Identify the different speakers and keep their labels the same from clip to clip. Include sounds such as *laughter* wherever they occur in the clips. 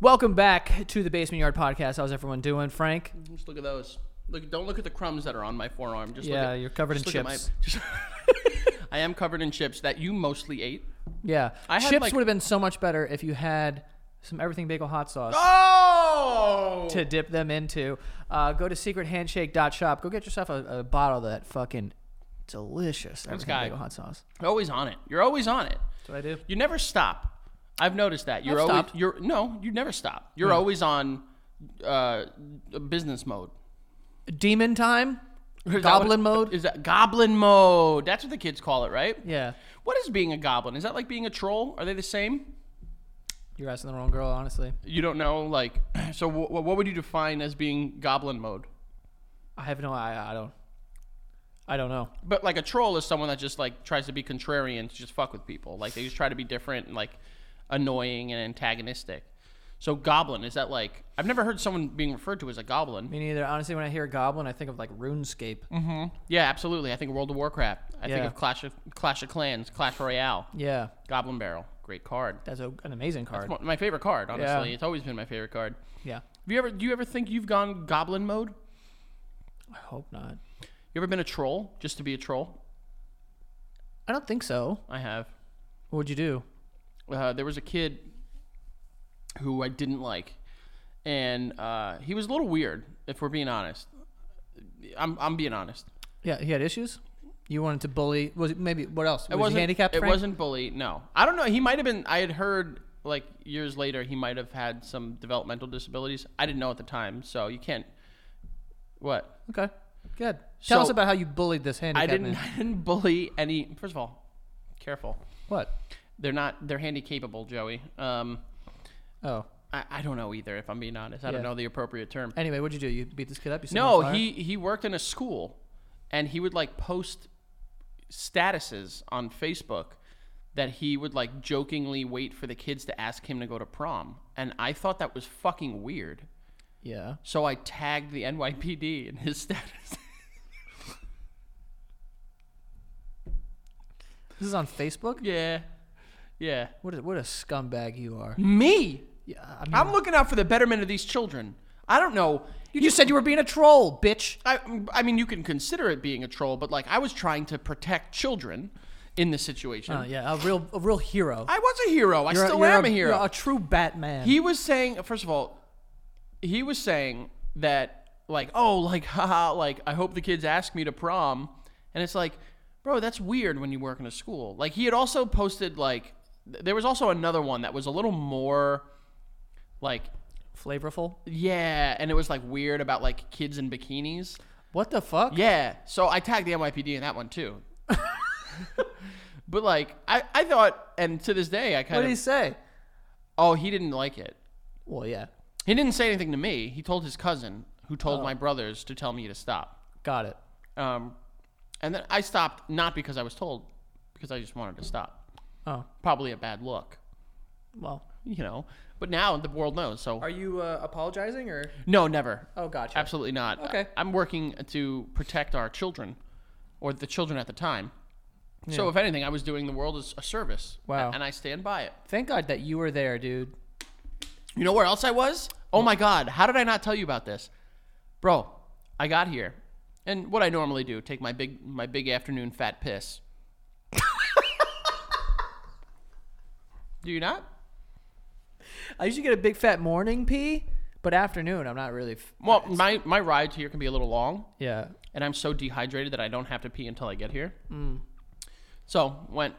Speaker 1: Welcome back to the Basement Yard Podcast. How's everyone doing, Frank?
Speaker 2: Just look at those. Look, don't look at the crumbs that are on my forearm. Just
Speaker 1: Yeah,
Speaker 2: look at,
Speaker 1: you're covered
Speaker 2: just
Speaker 1: in
Speaker 2: look at
Speaker 1: chips.
Speaker 2: my- *laughs* just- I am covered in chips that you mostly ate.
Speaker 1: Yeah,
Speaker 2: I had,
Speaker 1: chips
Speaker 2: like-
Speaker 1: would have been so much better if you had some everything bagel hot sauce.
Speaker 2: Oh!
Speaker 1: to dip them into. Uh, go to secrethandshake.shop. Go get yourself a, a bottle of that fucking delicious everything
Speaker 2: guy.
Speaker 1: bagel hot sauce.
Speaker 2: You're always on it. You're always on it.
Speaker 1: That's what I do.
Speaker 2: You never stop. I've noticed that. You're
Speaker 1: I've
Speaker 2: always
Speaker 1: stopped.
Speaker 2: you're no, you never stop. You're
Speaker 1: Hmm.
Speaker 2: always on uh, business mode.
Speaker 1: Demon time?
Speaker 2: *laughs* Is that
Speaker 1: Goblin
Speaker 2: what-
Speaker 1: mode?
Speaker 2: Is that goblin mode? That's what the kids call it, right?
Speaker 1: Yeah.
Speaker 2: What is being a goblin? Is that like being a troll? Are they the same?
Speaker 1: You're asking the wrong girl, honestly.
Speaker 2: You don't know, like, *clears throat* so w- what would you define as being goblin mode?
Speaker 1: I have no I, I don't. I don't know.
Speaker 2: But like a troll is someone that just like tries to be contrarian to just fuck with people. Like they just try to be different and like annoying and antagonistic. So goblin is that like I've never heard someone being referred to as a goblin.
Speaker 1: Me neither. Honestly, when I hear goblin, I think of like RuneScape.
Speaker 2: Mm-hmm. Yeah, absolutely. I think of World of Warcraft. I think
Speaker 1: Yeah.
Speaker 2: of Clash of Clash of Clans, Clash Royale,
Speaker 1: Yeah.
Speaker 2: Goblin Barrel. Great card.
Speaker 1: That's a, an amazing card.
Speaker 2: One- My favorite card, honestly.
Speaker 1: Yeah.
Speaker 2: It's always been my favorite card.
Speaker 1: Yeah.
Speaker 2: Have you ever do you ever think you've gone goblin mode?
Speaker 1: I hope not.
Speaker 2: You ever been a troll just to be a troll?
Speaker 1: I don't think so.
Speaker 2: I have.
Speaker 1: What would you do?
Speaker 2: uh, there was a kid who I didn't like, and uh, he was a little weird. If we're being honest, I'm I'm being honest.
Speaker 1: Yeah, he had issues. You wanted to bully. Was it maybe what else? Was he handicapped?
Speaker 2: It
Speaker 1: Frank?
Speaker 2: wasn't bully. No, I don't know. He might have been. I had heard like years later he might have had some developmental disabilities. I didn't know at the time, so you can't. What?
Speaker 1: Okay. Good. Tell
Speaker 2: So-
Speaker 1: us about how you bullied this
Speaker 2: I
Speaker 1: handicapped
Speaker 2: didn't.
Speaker 1: man.
Speaker 2: *laughs* I didn't bully any. First of all, careful.
Speaker 1: What?
Speaker 2: They're not. They're handicapable, Joey. Um,
Speaker 1: Oh.
Speaker 2: I, I don't know either. If I'm being honest, I don't
Speaker 1: Yeah.
Speaker 2: know the appropriate term.
Speaker 1: Anyway, what'd you do? You beat this kid up? You set him on
Speaker 2: No,
Speaker 1: fire?
Speaker 2: he he worked in a school, and he would like post statuses on Facebook that he would like jokingly wait for the kids to ask him to go to prom, and I thought that was fucking weird.
Speaker 1: Yeah.
Speaker 2: So I tagged the NYPD in his *laughs* status.
Speaker 1: This is on Facebook.
Speaker 2: yeah, yeah.
Speaker 1: What a, what a scumbag you are.
Speaker 2: Me,
Speaker 1: Yeah. I mean,
Speaker 2: I'm looking out for the betterment of these children. I don't know.
Speaker 1: you just said you were being a troll, bitch.
Speaker 2: I, I mean, you can consider it being a troll, but like I was trying to protect children in this situation.
Speaker 1: Oh yeah, a real a real hero.
Speaker 2: I was a hero. I
Speaker 1: You're
Speaker 2: still
Speaker 1: you're
Speaker 2: am Uh, a, hero.
Speaker 1: You're a true Batman.
Speaker 2: He was saying, first of all, he was saying that, like, oh, like, *laughs* haha, like, I hope the kids ask me to prom. And it's like, bro, that's weird when you work in a school. Like, he had also posted, like, th- there was also another one that was a little more, like,
Speaker 1: Flavorful.
Speaker 2: yeah, and it was, like, weird about, like, kids in bikinis.
Speaker 1: What the fuck?
Speaker 2: Yeah. So I tagged the NYPD in that one, too. *laughs* but, like, I, I thought, and to this day, I
Speaker 1: What
Speaker 2: kind
Speaker 1: did
Speaker 2: of,
Speaker 1: he say?
Speaker 2: oh, he didn't like it.
Speaker 1: Well, yeah.
Speaker 2: He didn't say anything to me. He told his cousin, who told
Speaker 1: Oh.
Speaker 2: my brothers to tell me to stop.
Speaker 1: Got it.
Speaker 2: Um, and then I stopped not because I was told, because I just wanted to stop.
Speaker 1: Oh
Speaker 2: Probably a bad look,
Speaker 1: well.
Speaker 2: you know. But now the world knows. So
Speaker 1: Are you uh, apologizing or?
Speaker 2: no, never,
Speaker 1: Oh, gotcha.
Speaker 2: absolutely not.
Speaker 1: Okay.
Speaker 2: I, am working to protect our children, or the children at the time. So if anything, I was doing the world as a service.
Speaker 1: Wow.
Speaker 2: And I stand by it.
Speaker 1: Thank God that you were there, dude.
Speaker 2: You know where else I was? Oh my God, how did I not tell you about this? Bro, I got here. And what I normally do, take my big my big afternoon fat piss. *laughs* do you not?
Speaker 1: I usually get a big fat morning pee, but afternoon I'm not really. F-
Speaker 2: Well, my, my ride here can be a little long,
Speaker 1: yeah.
Speaker 2: and I'm so dehydrated that I don't have to pee until I get here. So went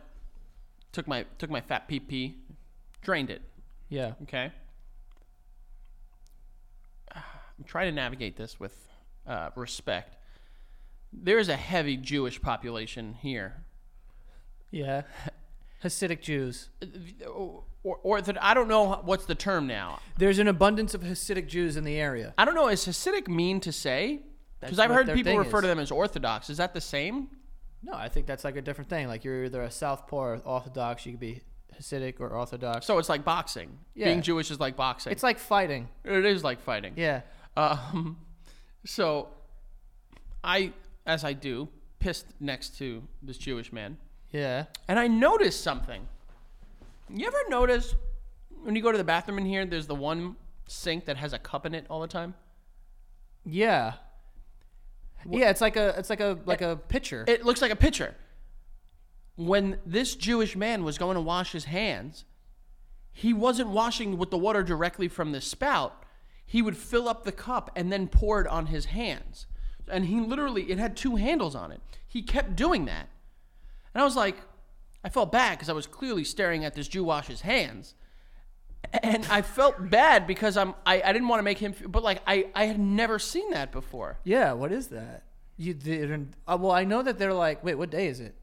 Speaker 2: took my took my fat pee pee, drained it.
Speaker 1: Yeah.
Speaker 2: Okay. I'm trying to navigate this with uh, respect. There is a heavy Jewish population here.
Speaker 1: Yeah. *laughs* Hasidic Jews.
Speaker 2: Or, or that I don't know what's the term now.
Speaker 1: There's an abundance of Hasidic Jews in the area.
Speaker 2: I don't know. Is Hasidic mean to say? Because
Speaker 1: That's
Speaker 2: I've
Speaker 1: what
Speaker 2: heard
Speaker 1: their
Speaker 2: people
Speaker 1: thing
Speaker 2: refer
Speaker 1: is.
Speaker 2: to them as Orthodox. Is that the same?
Speaker 1: No, I think that's like a different thing. Like you're either a Southpaw or Orthodox. You could be Hasidic or Orthodox.
Speaker 2: So it's like boxing.
Speaker 1: Yeah.
Speaker 2: Being Jewish is like boxing.
Speaker 1: It's like fighting.
Speaker 2: it is like fighting.
Speaker 1: Yeah.
Speaker 2: Um, so I, as I do, pissed next to this Jewish man.
Speaker 1: Yeah.
Speaker 2: and I noticed something. You ever notice when you go to the bathroom in here, there's the one sink that has a cup in it all the time.
Speaker 1: Yeah. Yeah, it's like a it's like a like a pitcher.
Speaker 2: It looks like a pitcher. When this Jewish man was going to wash his hands, he wasn't washing with the water directly from the spout. He would fill up the cup and then pour it on his hands. And he literally, it had two handles on it. He kept doing that. And I was like, I felt bad because I was clearly staring at this Jew wash his hands. And I felt bad because I'm, I, I didn't want to make him, feel, but like, I, I had never seen that before.
Speaker 1: yeah, what is that? You didn't uh, Well, I know that they're like, wait, what day is it?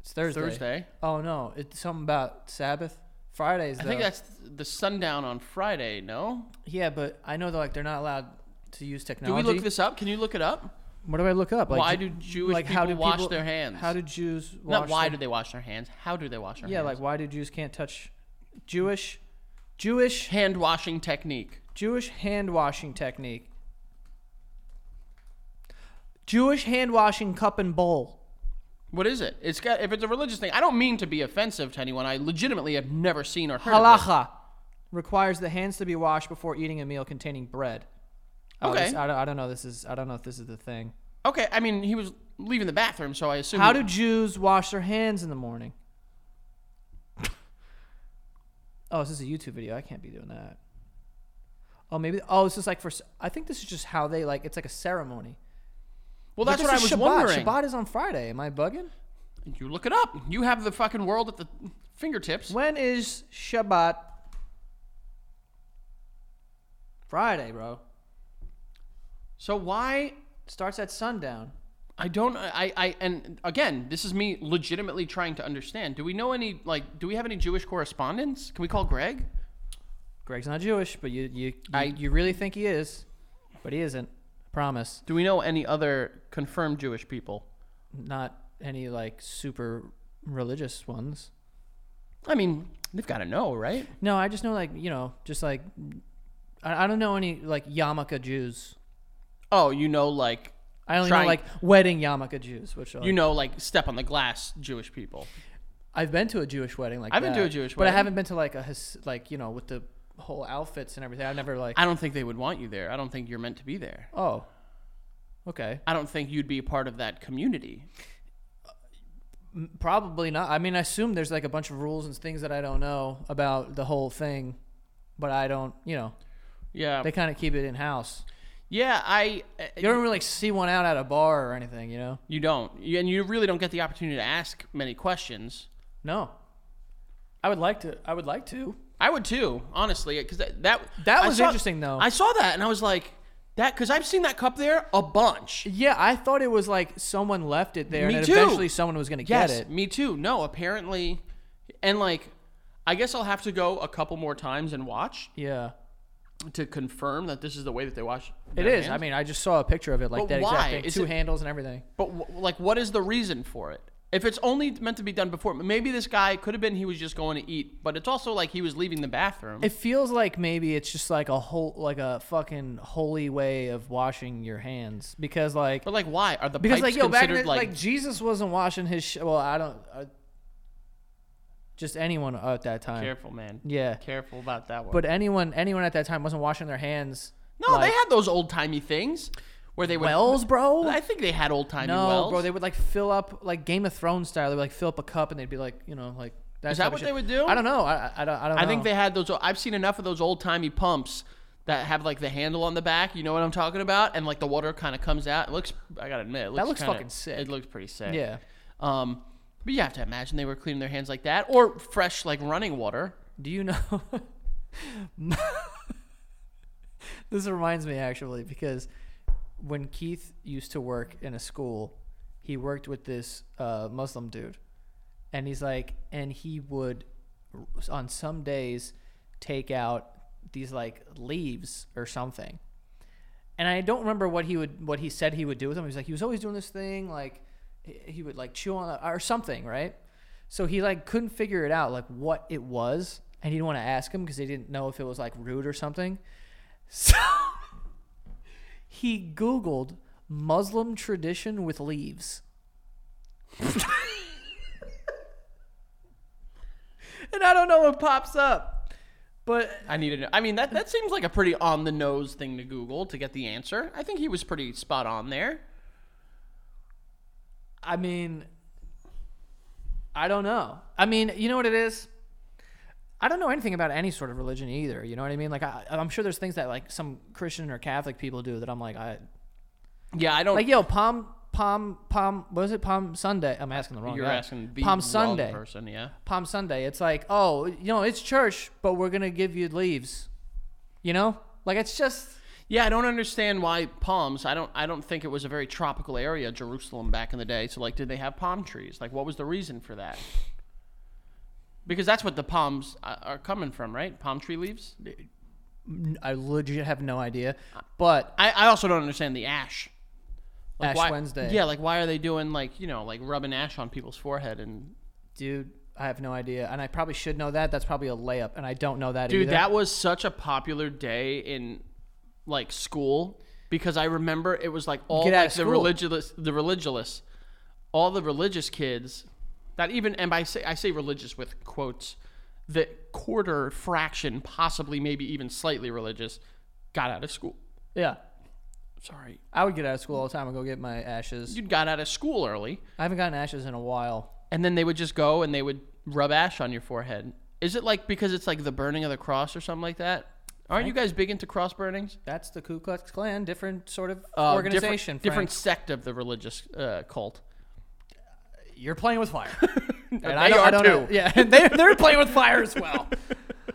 Speaker 1: It's Thursday.
Speaker 2: Thursday.
Speaker 1: Oh no, it's something about Sabbath. Fridays though.
Speaker 2: I think that's the sundown on Friday, no?
Speaker 1: Yeah, but I know that like they're not allowed to use
Speaker 2: Do we
Speaker 1: technology.
Speaker 2: look this up? Can you look it up?
Speaker 1: What do I look up? Like,
Speaker 2: Why
Speaker 1: ju-
Speaker 2: do Jewish people wash their hands?
Speaker 1: How do Jews wash?
Speaker 2: Not why
Speaker 1: their-
Speaker 2: do they wash their hands? How do they wash their
Speaker 1: yeah,
Speaker 2: hands?
Speaker 1: like why do Jews can't touch Jewish, Jewish,
Speaker 2: hand washing technique.
Speaker 1: Jewish hand washing technique. Jewish hand washing cup and bowl.
Speaker 2: What is it? It's got if it's a religious thing. I don't mean to be offensive to anyone. I legitimately have never seen or heard. Of it.
Speaker 1: Halacha requires the hands to be washed before eating a meal containing bread. Oh,
Speaker 2: Okay.
Speaker 1: this- I, don't, I don't know. This is. I don't know if this is the thing.
Speaker 2: Okay, I mean he was leaving the bathroom, so I assume.
Speaker 1: How do Jews wash their hands in the morning? *laughs* oh, this is a YouTube video. I can't be doing that. Oh, maybe. Oh, this is like for. s- I think this is just how they like. It's like a ceremony.
Speaker 2: Well,
Speaker 1: But
Speaker 2: that's what I
Speaker 1: this
Speaker 2: was
Speaker 1: is Shabbat.
Speaker 2: wondering.
Speaker 1: Shabbat is on Friday. Am I bugging?
Speaker 2: You look it up. You have the fucking world at the fingertips.
Speaker 1: When is Shabbat? Friday, bro.
Speaker 2: So why
Speaker 1: Starts at sundown.
Speaker 2: I don't. I. I. And again, this is me legitimately trying to understand. Do we know any? Like, do we have any Jewish correspondents? Can we call Greg?
Speaker 1: Greg's not Jewish, but you you you,
Speaker 2: I-
Speaker 1: you really think he is, but he isn't. I promise.
Speaker 2: Do we know any other confirmed Jewish people?
Speaker 1: Not any like super religious ones.
Speaker 2: I mean, they've got to know, right?
Speaker 1: No, I just know like you know, just like I, I don't know any like yarmulke Jews.
Speaker 2: Oh, you know, like
Speaker 1: I only
Speaker 2: Trying-
Speaker 1: know like wedding yarmulke Jews, which are,
Speaker 2: you know, like step on the glass Jewish people.
Speaker 1: I've been to a Jewish wedding like
Speaker 2: I've been to
Speaker 1: that,
Speaker 2: a Jewish
Speaker 1: but I
Speaker 2: wedding.
Speaker 1: haven't been to like a his, like you know with the whole outfits and everything. I've never like
Speaker 2: I don't think they would want you there. I don't think you're meant to be there.
Speaker 1: oh, okay,
Speaker 2: I don't think you'd be a part of that community.
Speaker 1: probably not. I mean, I assume there's like a bunch of rules and things that I don't know about the whole thing, but I don't you know
Speaker 2: Yeah.
Speaker 1: they kind of keep it in house.
Speaker 2: yeah. I. uh,
Speaker 1: You don't really like, see one out at a bar or anything, you know?
Speaker 2: You don't. You- And you really don't get the opportunity to ask many questions.
Speaker 1: No. I would like to. I would like to.
Speaker 2: I would too, honestly, because that, that
Speaker 1: That
Speaker 2: I
Speaker 1: was
Speaker 2: saw-
Speaker 1: interesting, though.
Speaker 2: I saw that and I was like, that because I've seen that cup there a bunch.
Speaker 1: Yeah, I thought it was like someone left it there,
Speaker 2: Me
Speaker 1: and
Speaker 2: too.
Speaker 1: that eventually someone was gonna
Speaker 2: Yes,
Speaker 1: get it.
Speaker 2: me too. No, apparently, and like, I guess I'll have to go a couple more times and watch
Speaker 1: Yeah,
Speaker 2: to confirm that this is the way that they wash.
Speaker 1: it is. I mean, I just saw a picture of it, like
Speaker 2: But
Speaker 1: that
Speaker 2: why?
Speaker 1: exact thing,
Speaker 2: Is
Speaker 1: two
Speaker 2: it-
Speaker 1: handles and everything.
Speaker 2: but wh- like, what is the reason for it? If it's only meant to be done before, maybe this guy could have been he was just going to eat, but it's also like he was leaving the bathroom.
Speaker 1: It feels like maybe it's just like a whole, like a fucking holy way of washing your hands, because like,
Speaker 2: but like, why are the
Speaker 1: because like,
Speaker 2: pipes
Speaker 1: yo, back
Speaker 2: considered
Speaker 1: in the,
Speaker 2: like,
Speaker 1: like, Jesus wasn't washing his. Sh- well, I don't. Uh, just anyone at that time.
Speaker 2: careful, man?
Speaker 1: Yeah,
Speaker 2: Careful about that one.
Speaker 1: but anyone, anyone at that time wasn't washing their hands.
Speaker 2: No,
Speaker 1: like,
Speaker 2: they had those old timey things where they would.
Speaker 1: wells, bro.
Speaker 2: I think they had old timey
Speaker 1: No,
Speaker 2: wells.
Speaker 1: bro, they would like fill up like Game of Thrones style. They would like fill up a cup and they'd be like, you know, like
Speaker 2: Is that
Speaker 1: type of
Speaker 2: what
Speaker 1: shit.
Speaker 2: they would do?
Speaker 1: I don't know. I, I- I don't. I don't.
Speaker 2: I
Speaker 1: know.
Speaker 2: think they had those. I've seen enough of those old timey pumps that have like the handle on the back. You know what I'm talking about? And like the water kind of comes out. It looks. I gotta admit, it looks
Speaker 1: looks
Speaker 2: kinda-
Speaker 1: fucking sick.
Speaker 2: It looks pretty sick.
Speaker 1: Yeah,
Speaker 2: Um, but you have to imagine they were cleaning their hands like that, or fresh like running water.
Speaker 1: Do you know? *laughs* this reminds me actually because when Keith used to work in a school, he worked with this uh, Muslim dude, and he's like, and he would on some days take out these like leaves or something. And I don't remember what he would what he said he would do with them. He was like he was always doing this thing like he he would like chew on or something, right? So he like couldn't figure it out, like what it was, and he didn't want to ask him because he didn't know if it was like rude or something. *laughs* So he Googled Muslim tradition with leaves. *laughs* and I don't know what pops up. But
Speaker 2: I need to know. I mean, that, that seems like a pretty on the nose thing to Google to get the answer. I think he was pretty spot on there.
Speaker 1: I mean, I don't know. I mean, you know what it is? I don't know anything about any sort of religion either. You know what I mean? Like, I, I'm sure there's things that like some Christian or Catholic people do that I'm like, I
Speaker 2: Yeah, I don't.
Speaker 1: like, yo, Palm, Palm, Palm. What is it? Palm Sunday. I'm asking the wrong.
Speaker 2: you're
Speaker 1: guy.
Speaker 2: asking the
Speaker 1: Palm
Speaker 2: wrong
Speaker 1: Sunday.
Speaker 2: person, yeah.
Speaker 1: Palm Sunday. It's like, oh, you know, it's church, but we're gonna give you leaves. You know, like it's just.
Speaker 2: Yeah, I don't understand why palms. I don't. I don't think it was a very tropical area, Jerusalem back in the day. So, like, did they have palm trees? Like, what was the reason for that? Because that's what the palms a- are coming from, right? Palm tree leaves.
Speaker 1: I legit have no idea, but
Speaker 2: I, I also don't understand the ash.
Speaker 1: Ash
Speaker 2: why-
Speaker 1: Wednesday.
Speaker 2: Yeah, like why are they doing like you know like rubbing ash on people's forehead and
Speaker 1: dude, I have no idea, and I probably should know that. That's probably a layup, and I don't know that
Speaker 2: Dude,
Speaker 1: either.
Speaker 2: that was such a popular day in like school because I remember it was like all
Speaker 1: Get out
Speaker 2: like
Speaker 1: of
Speaker 2: the
Speaker 1: school.
Speaker 2: religious the religious all the religious kids not even and by say I say religious with quotes the quarter fraction possibly maybe even slightly religious got out of school.
Speaker 1: yeah,
Speaker 2: Sorry.
Speaker 1: I would get out of school all the time and go get my ashes.
Speaker 2: You got out of school early
Speaker 1: I haven't gotten ashes in a while.
Speaker 2: and then they would just go and they would rub ash on your forehead. Is it like because it's like the burning of the cross or something like that? Aren't you guys big into cross burnings?
Speaker 1: That's the Ku Klux Klan, different sort of
Speaker 2: uh,
Speaker 1: organization.
Speaker 2: different, different sect of the religious uh, cult.
Speaker 1: Frank. You're playing with
Speaker 2: *laughs*
Speaker 1: fire. and I
Speaker 2: They
Speaker 1: don't, I
Speaker 2: are
Speaker 1: don't know-
Speaker 2: too.
Speaker 1: Yeah, *laughs* and they they're playing with fire as
Speaker 2: *laughs*
Speaker 1: well.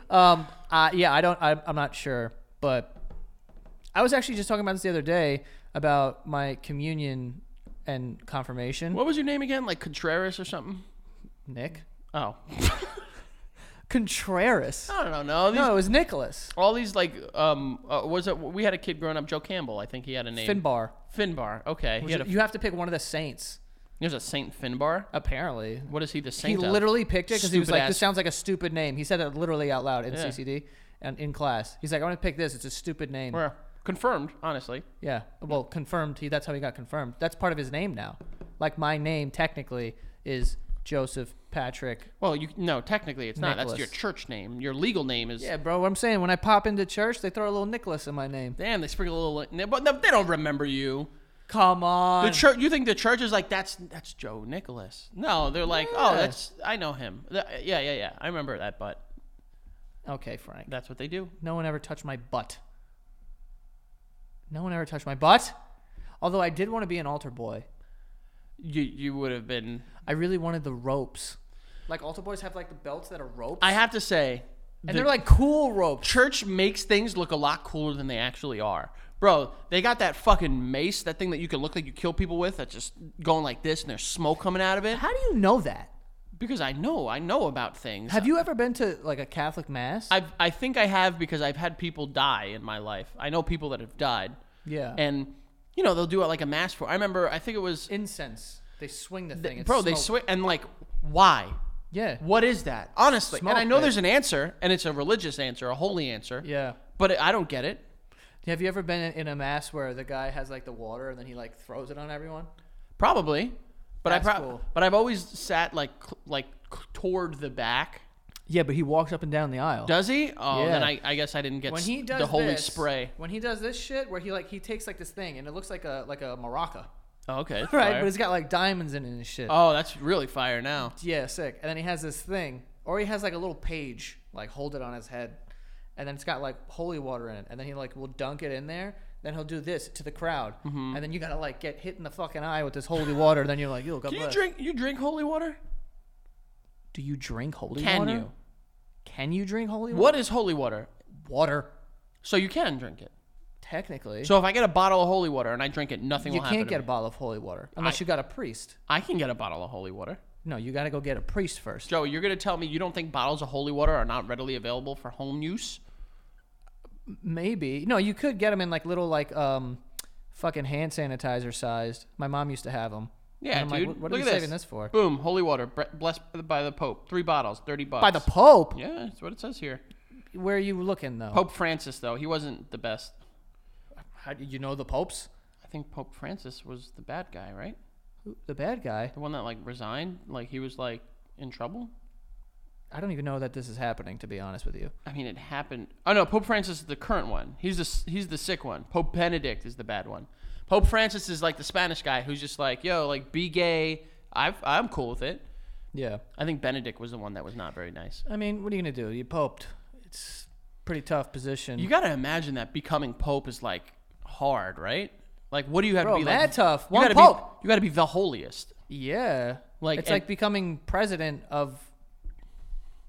Speaker 1: um, uh, yeah, I don't. I, I'm not sure, but I was actually just talking about this the other day about my communion and confirmation.
Speaker 2: What was your name again? Like Contreras or something?
Speaker 1: Nick
Speaker 2: Oh,
Speaker 1: Contreras.
Speaker 2: I don't know. These,
Speaker 1: No, it was Nicholas
Speaker 2: All these like um, uh, was it? We had a kid growing up, Joe Campbell. I think he had a name.
Speaker 1: Finbar.
Speaker 2: Finbar. Okay, he had a,
Speaker 1: You have to pick one of the saints.
Speaker 2: there's a Saint Finbar.
Speaker 1: Apparently,
Speaker 2: What is he the
Speaker 1: he
Speaker 2: saint? of?
Speaker 1: literally picked it because he was
Speaker 2: Stupid
Speaker 1: like, "This
Speaker 2: ass-
Speaker 1: sounds like a stupid name." He said it literally out loud in
Speaker 2: Yeah.
Speaker 1: CCD and in class. He's like, "I'm gonna pick this. It's a stupid name."
Speaker 2: Well, confirmed, honestly.
Speaker 1: Yeah. Well, confirmed. He that's how he got confirmed. That's part of his name now. Like my name technically is Joseph Patrick.
Speaker 2: Well, you no, technically it's not. That's your
Speaker 1: Nicholas.
Speaker 2: church name. Your legal name is.
Speaker 1: Yeah, bro. What I'm saying when I pop into church, they throw a little Nicholas in my name.
Speaker 2: Damn, they sprinkle a little. no, But no, they don't remember you.
Speaker 1: Come on.
Speaker 2: The church. You think the church is like that's that's Joe Nicholas? No, they're like, oh,
Speaker 1: Yeah.
Speaker 2: that's I know him. Th- yeah, yeah, yeah. I remember that, but
Speaker 1: okay, Frank.
Speaker 2: that's what they do.
Speaker 1: No one ever touched my butt. No one ever touched my butt. Although I did want to be an altar boy.
Speaker 2: You you would have been.
Speaker 1: I really wanted the ropes. Like altar boys have like the belts that are ropes.
Speaker 2: I have to say,
Speaker 1: and they're like cool ropes.
Speaker 2: church makes things look a lot cooler than they actually are, bro. They got that fucking mace, that thing that you can look like you kill people with. That's just going like this, and there's smoke coming out of it.
Speaker 1: How do you know that?
Speaker 2: Because I know, I know about things.
Speaker 1: Have you ever been to like a Catholic mass?
Speaker 2: I've, I think I have because I've had people die in my life. I know people that have died,
Speaker 1: yeah.
Speaker 2: and you know they'll do it like a mass for. I remember, I think it was
Speaker 1: incense. They swing the thing. it's
Speaker 2: bro they
Speaker 1: smoke.
Speaker 2: switch and like why
Speaker 1: Yeah.
Speaker 2: what is that honestly
Speaker 1: Smoke,
Speaker 2: and i know
Speaker 1: babe.
Speaker 2: there's an answer and it's a religious answer a holy answer
Speaker 1: Yeah.
Speaker 2: but i don't get it
Speaker 1: Have you ever been in- in a mass where the guy has like the water and then he like throws it on everyone?
Speaker 2: probably but i
Speaker 1: That's
Speaker 2: pro-
Speaker 1: cool.
Speaker 2: but i've always sat like cl- like c- toward the back
Speaker 1: Yeah, but he walks up and down the aisle.
Speaker 2: does he oh
Speaker 1: Yeah.
Speaker 2: then I, I guess i didn't get
Speaker 1: when
Speaker 2: s-
Speaker 1: he does
Speaker 2: the holy
Speaker 1: this-
Speaker 2: spray
Speaker 1: When he does this shit, where he like he takes like this thing and it looks like a like a maraca, *laughs*
Speaker 2: oh, okay that's
Speaker 1: right?
Speaker 2: fire.
Speaker 1: But it's got like diamonds in it and shit.
Speaker 2: oh that's really fire now
Speaker 1: Yeah, sick. And then he has this thing, or he has like a little page, like hold it on his head, and then it's got like holy water in it, and then he like will dunk it in there. Then he'll do this to the crowd,
Speaker 2: Mm-hmm.
Speaker 1: and then you gotta like get hit in the fucking eye with this holy water. then you're like, yo, God
Speaker 2: can you
Speaker 1: bless.
Speaker 2: drink you drink holy water
Speaker 1: Do you drink holy
Speaker 2: Can
Speaker 1: water?
Speaker 2: you?
Speaker 1: Can you drink holy water?
Speaker 2: what is holy water
Speaker 1: Water.
Speaker 2: so you can drink it
Speaker 1: Technically.
Speaker 2: so if i get a bottle of holy water and i drink it nothing
Speaker 1: you
Speaker 2: will happen
Speaker 1: can't
Speaker 2: to
Speaker 1: get a
Speaker 2: me.
Speaker 1: bottle of holy water unless you got a priest.
Speaker 2: i can get a bottle of holy water
Speaker 1: No, you gotta go get a priest first.
Speaker 2: Joe, you're going to tell me you don't think bottles of holy water are not readily available for home use?
Speaker 1: Maybe. No, you could get them in like little like um fucking hand sanitizer sized. My mom used to have them.
Speaker 2: Yeah,
Speaker 1: I'm like,
Speaker 2: dude.
Speaker 1: "What- what are
Speaker 2: Look
Speaker 1: you
Speaker 2: at
Speaker 1: saving this for?"
Speaker 2: Boom, holy water, bre- blessed by the Pope. Three bottles, 30 bucks.
Speaker 1: By the Pope.
Speaker 2: Yeah, that's what it says here.
Speaker 1: Where are you looking though?
Speaker 2: Pope Francis, though, he wasn't the best.
Speaker 1: How do you know the popes?
Speaker 2: I think Pope Francis was the bad guy, right?
Speaker 1: Who- The bad guy.
Speaker 2: The one that, like, resigned? Like, he was, like, in trouble?
Speaker 1: I don't even know that this is happening. To be honest with you,
Speaker 2: I mean, it happened. Oh no, Pope Francis is the current one. He's the he's the sick one. Pope Benedict is the bad one. Pope Francis is like the Spanish guy who's just like, yo, like be gay. I've, I'm cool with it.
Speaker 1: yeah.
Speaker 2: I think Benedict was the one that was not very nice.
Speaker 1: I mean, what are you gonna do? You poped. It's pretty tough position.
Speaker 2: You gotta imagine that becoming pope is like hard, right? Like, what do you have
Speaker 1: Bro,
Speaker 2: to be?
Speaker 1: mad
Speaker 2: like,
Speaker 1: tough.
Speaker 2: You
Speaker 1: One
Speaker 2: gotta
Speaker 1: pope.
Speaker 2: Be, you gotta be the holiest.
Speaker 1: yeah,
Speaker 2: Like,
Speaker 1: it's
Speaker 2: and-
Speaker 1: like becoming president of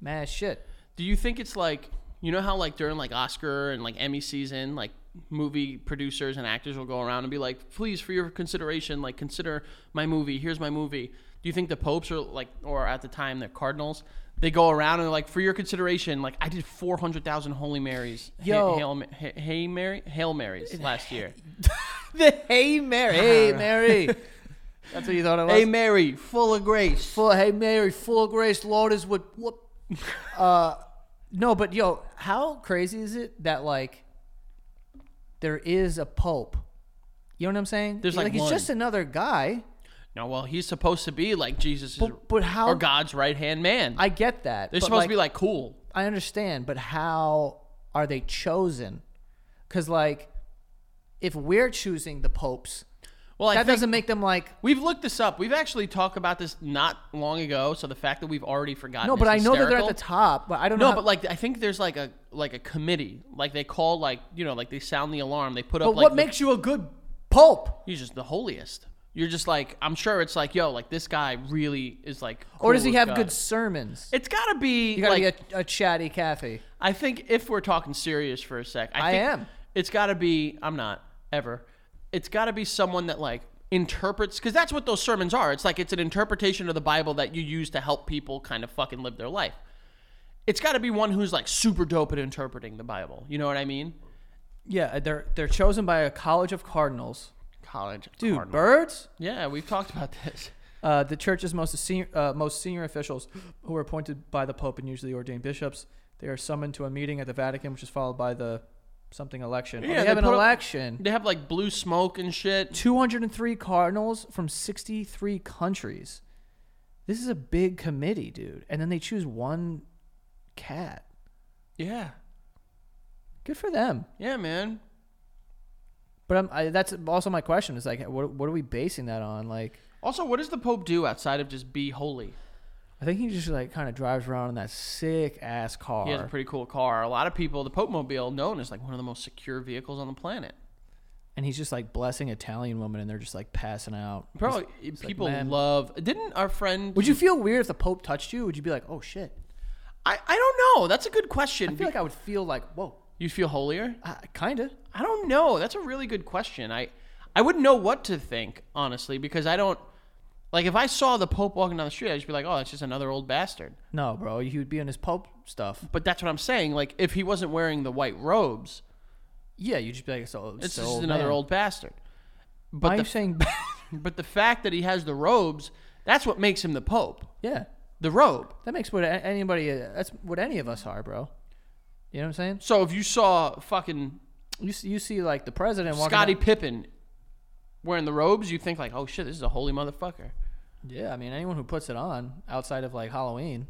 Speaker 1: mass *laughs* shit.
Speaker 2: Do you think it's like you know how like during like Oscar and like Emmy season, like movie producers and actors will go around and be like, please for your consideration, like consider my movie. Here's my movie. Do you think the popes are like, or at the time the cardinals, they go around and they're like, for your consideration, like I did four hundred thousand Holy Marys, Ha-
Speaker 1: Yo.
Speaker 2: Hail, Ma- Ha- Hey Mary, Hail Marys last year.
Speaker 1: the Hey Mary, *laughs* Hey Mary. That's what you thought it was.
Speaker 2: hey Mary, full of grace.
Speaker 1: full, hey Mary, full of grace, Lord is what.
Speaker 2: *laughs*
Speaker 1: what uh, no, but yo, how crazy is it that like there is a pope? You know what I'm saying?
Speaker 2: There's, like,
Speaker 1: he's
Speaker 2: one.
Speaker 1: just another guy.
Speaker 2: No, well, he's supposed to be like Jesus
Speaker 1: But, but how?
Speaker 2: or God's right hand man.
Speaker 1: I get that.
Speaker 2: They're
Speaker 1: but,
Speaker 2: supposed to be like cool.
Speaker 1: I understand, but how are they chosen? Because like, if we're choosing the popes,
Speaker 2: Well, I
Speaker 1: that
Speaker 2: think
Speaker 1: doesn't make them like
Speaker 2: we've looked this up. We've actually talked about this not long ago. So the fact that we've already forgotten.
Speaker 1: no.
Speaker 2: is
Speaker 1: But I know that they're at
Speaker 2: hysterical.
Speaker 1: the top. But I don't know.
Speaker 2: No,
Speaker 1: how-
Speaker 2: but like I think there's like a like a committee. Like they call like you know like they sound the alarm. They put up.
Speaker 1: But
Speaker 2: like
Speaker 1: what
Speaker 2: the-
Speaker 1: makes you a good pope?
Speaker 2: He's just the holiest. You're just like I'm sure it's like yo like this guy really is like.
Speaker 1: Or does he
Speaker 2: cool with
Speaker 1: have
Speaker 2: God.
Speaker 1: good sermons?
Speaker 2: It's gotta be
Speaker 1: You gotta
Speaker 2: like
Speaker 1: be a, a chatty Cathy.
Speaker 2: I think if we're talking serious for a sec, I,
Speaker 1: I
Speaker 2: think
Speaker 1: am.
Speaker 2: It's got to be. I'm not ever. It's got to be someone that like interprets because that's what those sermons are. It's like it's an interpretation of the Bible that you use to help people kind of fucking live their life. It's got to be one who's like super dope at interpreting the Bible. You know what I mean?
Speaker 1: Yeah, uh, they're they're chosen by a college of cardinals.
Speaker 2: College,
Speaker 1: Dude,
Speaker 2: cardinal.
Speaker 1: birds.
Speaker 2: Yeah, we've talked about this. *laughs*
Speaker 1: Uh, the church's most senior, uh, most senior officials, who are appointed by the Pope and usually ordained bishops, they are summoned to a meeting at the Vatican, which is followed by the something election. Oh,
Speaker 2: Yeah,
Speaker 1: they,
Speaker 2: they
Speaker 1: have an
Speaker 2: put up-
Speaker 1: election.
Speaker 2: They have like blue smoke and shit.
Speaker 1: 203 cardinals from 63 countries. This is a big committee, dude. And then they choose one cat.
Speaker 2: Yeah,
Speaker 1: Good for them.
Speaker 2: yeah, man.
Speaker 1: But I'm, I, that's also my question is like, what, what are we basing that on? Like,
Speaker 2: Also, what does the Pope do outside of just be holy?
Speaker 1: I think he just like kind of drives around in that sick ass car.
Speaker 2: He has a pretty cool car. A lot of people, the Pope Mobile, known as like one of the most secure vehicles on the planet.
Speaker 1: and he's just like blessing Italian women, and they're just like passing out.
Speaker 2: Probably people
Speaker 1: man.
Speaker 2: love. Didn't our friend?
Speaker 1: Would you feel weird if the Pope touched you? Would you be like, oh shit?
Speaker 2: I, I don't know. That's a good question.
Speaker 1: I feel like I would feel like, whoa,
Speaker 2: you feel holier?
Speaker 1: uh, kinda.
Speaker 2: I don't know. That's a really good question. I I wouldn't know what to think honestly because I don't like if I saw the Pope walking down the street, I'd just be like, oh, that's just another old bastard.
Speaker 1: No, bro, he would be in his Pope stuff.
Speaker 2: But that's what I'm saying. Like if he wasn't wearing the white robes,
Speaker 1: Yeah, you'd just be like, so
Speaker 2: it's
Speaker 1: so
Speaker 2: just another
Speaker 1: man.
Speaker 2: old bastard.
Speaker 1: Why
Speaker 2: But
Speaker 1: are you
Speaker 2: the,
Speaker 1: saying?
Speaker 2: but the fact that he has the robes, that's what makes him the Pope.
Speaker 1: *laughs* yeah,
Speaker 2: The robe.
Speaker 1: that makes what a- anybody. Uh, that's what any of us are, bro. You know what I'm saying?
Speaker 2: So if you saw fucking
Speaker 1: You see, you see like the president walking.
Speaker 2: Scottie
Speaker 1: down-
Speaker 2: Pippen wearing the robes, you think like, oh shit, this is a holy motherfucker.
Speaker 1: yeah, I mean anyone who puts it on outside of like Halloween.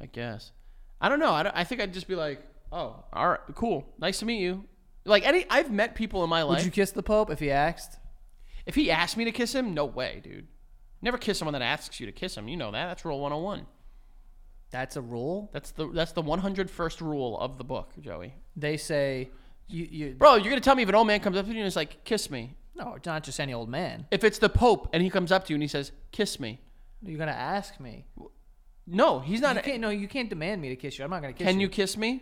Speaker 2: I guess. I don't know. I, don't- I think I'd just be like, oh, all right, cool, nice to meet you. Like any, I've met people in my
Speaker 1: Would
Speaker 2: life.
Speaker 1: you kiss the Pope if he asked?
Speaker 2: if he asked me to kiss him, no way, dude. Never kiss someone that asks you to kiss him. You know that. That's rule 101.
Speaker 1: That's a rule.
Speaker 2: That's the that's the 101st rule of the book, Joey.
Speaker 1: They say, you, you
Speaker 2: Bro, you're gonna tell me if an old man comes up to you and is like, "Kiss me."
Speaker 1: no, it's not just any old man.
Speaker 2: If it's the Pope and he comes up to you and he says, "Kiss me,"
Speaker 1: You're gonna ask me.
Speaker 2: no, he's not.
Speaker 1: You can't. No, you can't demand me to kiss you. I'm not gonna kiss
Speaker 2: Can
Speaker 1: you.
Speaker 2: you kiss me?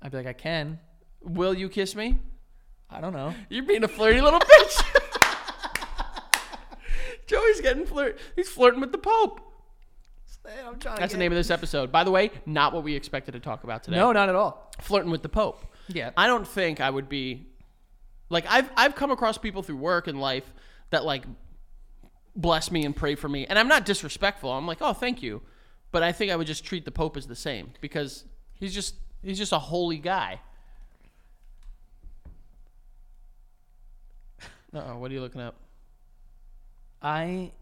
Speaker 1: I'd be like, I can.
Speaker 2: Will you kiss me?
Speaker 1: I don't *laughs* know.
Speaker 2: You're being a flirty little bitch. Joey's getting flirt. He's flirting with the Pope.
Speaker 1: I'm trying
Speaker 2: That's the name of this episode. By the way, not what we expected to talk about today.
Speaker 1: No, not at all.
Speaker 2: flirting with the Pope.
Speaker 1: Yeah.
Speaker 2: I don't think I would be like I've I've come across people through work and life that like bless me and pray for me. And I'm not disrespectful. I'm like, "Oh, thank you." But I think I would just treat the Pope as the same because he's just he's just a holy guy. Uh-oh, what are you looking up?
Speaker 1: I.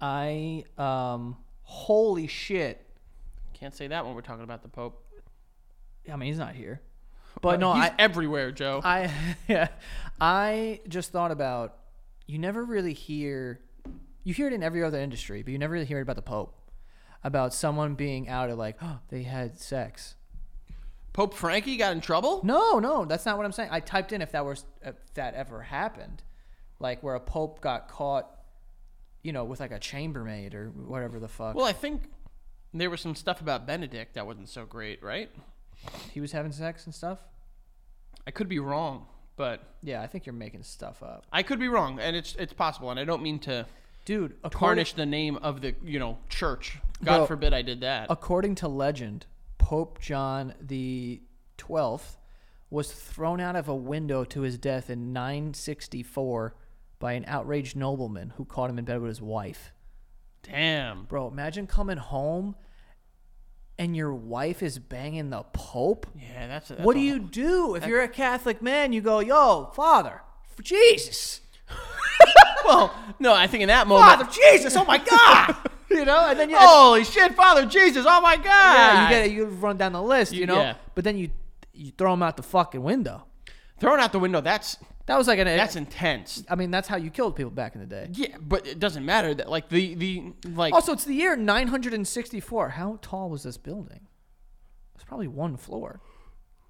Speaker 1: I um holy shit.
Speaker 2: Can't say that when we're talking about the Pope.
Speaker 1: I mean, he's not here. But no,
Speaker 2: He's
Speaker 1: I,
Speaker 2: everywhere, Joe.
Speaker 1: I, *laughs* yeah, I just thought about you never really hear, you hear it in every other industry, but you never really hear it about the Pope, about someone being outed like, *gasps* oh, they had sex.
Speaker 2: Pope Frankie got in trouble?
Speaker 1: No, no, that's not what I'm saying. I typed in if that was if that ever happened, like where a pope got caught, you know, with like a chambermaid or whatever the fuck.
Speaker 2: Well, I think there was some stuff about Benedict that wasn't so great, right?
Speaker 1: he was having sex and stuff.
Speaker 2: I could be wrong, but
Speaker 1: Yeah, I think you're making stuff up,
Speaker 2: I could be wrong, and it's it's possible. And I don't mean to
Speaker 1: dude. According,
Speaker 2: tarnish the name of the you know church. God
Speaker 1: Bro.
Speaker 2: forbid I did that.
Speaker 1: according to legend, Pope John the Twelfth was thrown out of a window to his death in 964 by an outraged nobleman who caught him in bed with his wife.
Speaker 2: Damn.
Speaker 1: Bro, imagine coming home and your wife is banging the Pope.
Speaker 2: Yeah, that's. that's
Speaker 1: what do
Speaker 2: a-
Speaker 1: you do if you're a Catholic man? You go, yo, Father, for Jesus,
Speaker 2: Well, no, I think in that moment.
Speaker 1: Father Jesus, oh my *laughs* God,
Speaker 2: *laughs*
Speaker 1: you know, and then you,
Speaker 2: Holy shit, Father Jesus! Oh my God!
Speaker 1: yeah, you get it, you run down the list, you know,
Speaker 2: Yeah.
Speaker 1: but then you you throw him out the fucking window.
Speaker 2: thrown out the window. That's
Speaker 1: That was like an
Speaker 2: that's intense.
Speaker 1: I mean, that's how you killed people back in the day.
Speaker 2: Yeah, but it doesn't matter that like the the like
Speaker 1: Also, it's the year 964. How tall was this building? It's probably one floor.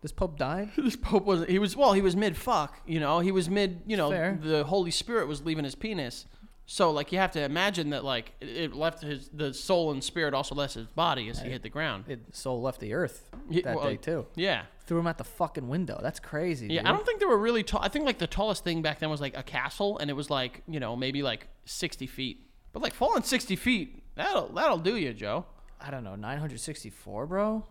Speaker 1: This Pope died.
Speaker 2: this pope was he was well he was mid fuck you know he was mid you know
Speaker 1: Fair.
Speaker 2: the Holy Spirit was leaving his penis. So like you have to imagine that like it- it left his the soul and spirit also left his body as he hit the ground.
Speaker 1: It soul left the earth
Speaker 2: Yeah,
Speaker 1: that
Speaker 2: well,
Speaker 1: day too.
Speaker 2: Yeah,
Speaker 1: Threw him out the fucking window. That's crazy.
Speaker 2: yeah.
Speaker 1: dude.
Speaker 2: I don't think they were really tall. I think like the tallest thing back then was like a castle, and it was like you know maybe like sixty feet. But like falling sixty feet, that'll that'll do you, Joe.
Speaker 1: I don't know. 964, bro.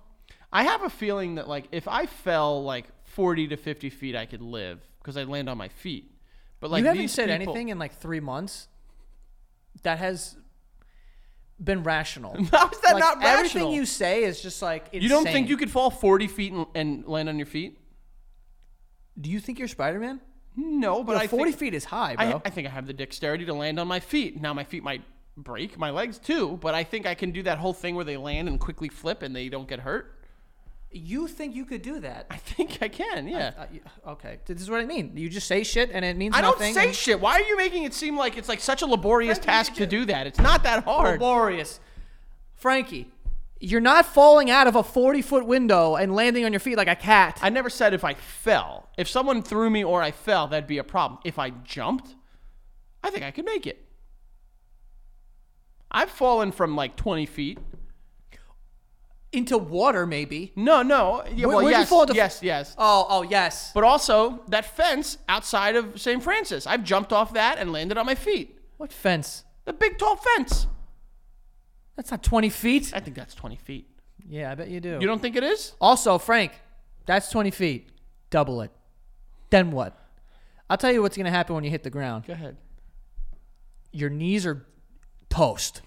Speaker 2: I have a feeling that like if I fell like forty to fifty feet, I could live because I land on my feet. But like
Speaker 1: you haven't
Speaker 2: these
Speaker 1: said
Speaker 2: people-
Speaker 1: anything in like three months. That has been rational.
Speaker 2: How is *laughs* that
Speaker 1: Like,
Speaker 2: not rational?
Speaker 1: Everything you say is just like insane.
Speaker 2: You don't think you could fall 40 feet and, and land on your feet?
Speaker 1: Do you think you're Spider-Man?
Speaker 2: No, but
Speaker 1: Yo,
Speaker 2: I,
Speaker 1: 40
Speaker 2: think,
Speaker 1: feet is high, bro.
Speaker 2: I, I think I have the dexterity to land on my feet. Now my feet might break, my legs too, but I think I can do that whole thing where they land and quickly flip and they don't get hurt.
Speaker 1: you think you could do that?
Speaker 2: I think I can, yeah.
Speaker 1: Uh, y- okay, this is what I mean. You just say shit and it means
Speaker 2: I, don't
Speaker 1: nothing.
Speaker 2: say
Speaker 1: and-
Speaker 2: shit. Why are you making it seem like it's like such a laborious
Speaker 1: Frankie,
Speaker 2: task
Speaker 1: you
Speaker 2: to do that? It's not that hard.
Speaker 1: Laborious, Frankie. You're not falling out of a 40 foot window and landing on your feet like a cat.
Speaker 2: I never said if I fell. If someone threw me or I fell, that'd be a problem. If I jumped, I think I could make it. I've fallen from like 20 feet.
Speaker 1: Into water, maybe.
Speaker 2: No, no.
Speaker 1: Where-
Speaker 2: Yeah, well,
Speaker 1: where'd you
Speaker 2: yes,
Speaker 1: fall to-
Speaker 2: yes, yes.
Speaker 1: Oh, oh yes.
Speaker 2: But also that fence outside of St. Francis. I've jumped off that and landed on my feet.
Speaker 1: What fence?
Speaker 2: The big tall fence.
Speaker 1: That's not 20 feet.
Speaker 2: I think that's 20 feet.
Speaker 1: Yeah, I bet you do.
Speaker 2: You don't think it is?
Speaker 1: also, Frank, that's 20 feet. Double it. Then what? I'll tell you what's going to happen when you hit the ground.
Speaker 2: Go ahead.
Speaker 1: Your knees are toast.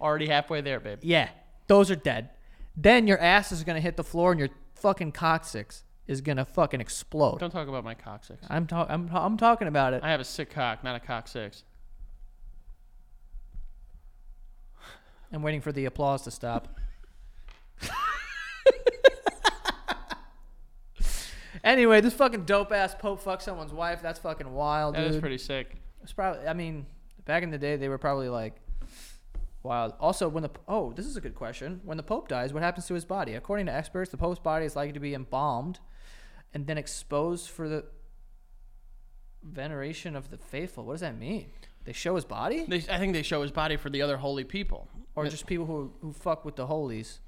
Speaker 2: Already halfway there, babe.
Speaker 1: Yeah, those are dead. Then your ass is going to hit the floor and your fucking coccyx is going to fucking explode.
Speaker 2: Don't talk about my cock six.
Speaker 1: I'm, ta- I'm, ta- I'm talking about it.
Speaker 2: I have a sick cock, not a cock six.
Speaker 1: I'm waiting for the applause to stop. *laughs* anyway, this fucking dope ass Pope fucked someone's wife. That's fucking wild,
Speaker 2: That
Speaker 1: dude.
Speaker 2: is pretty sick.
Speaker 1: It's probably. I mean, back in the day, they were probably like wild. Also, when the oh, this is a good question. When the Pope dies, what happens to his body? According to experts, the Pope's body is likely to be embalmed and then exposed for the veneration of the faithful. What does that mean? They show his body,
Speaker 2: They, I think they show his body for the other holy people.
Speaker 1: or just people who who fuck with the holies?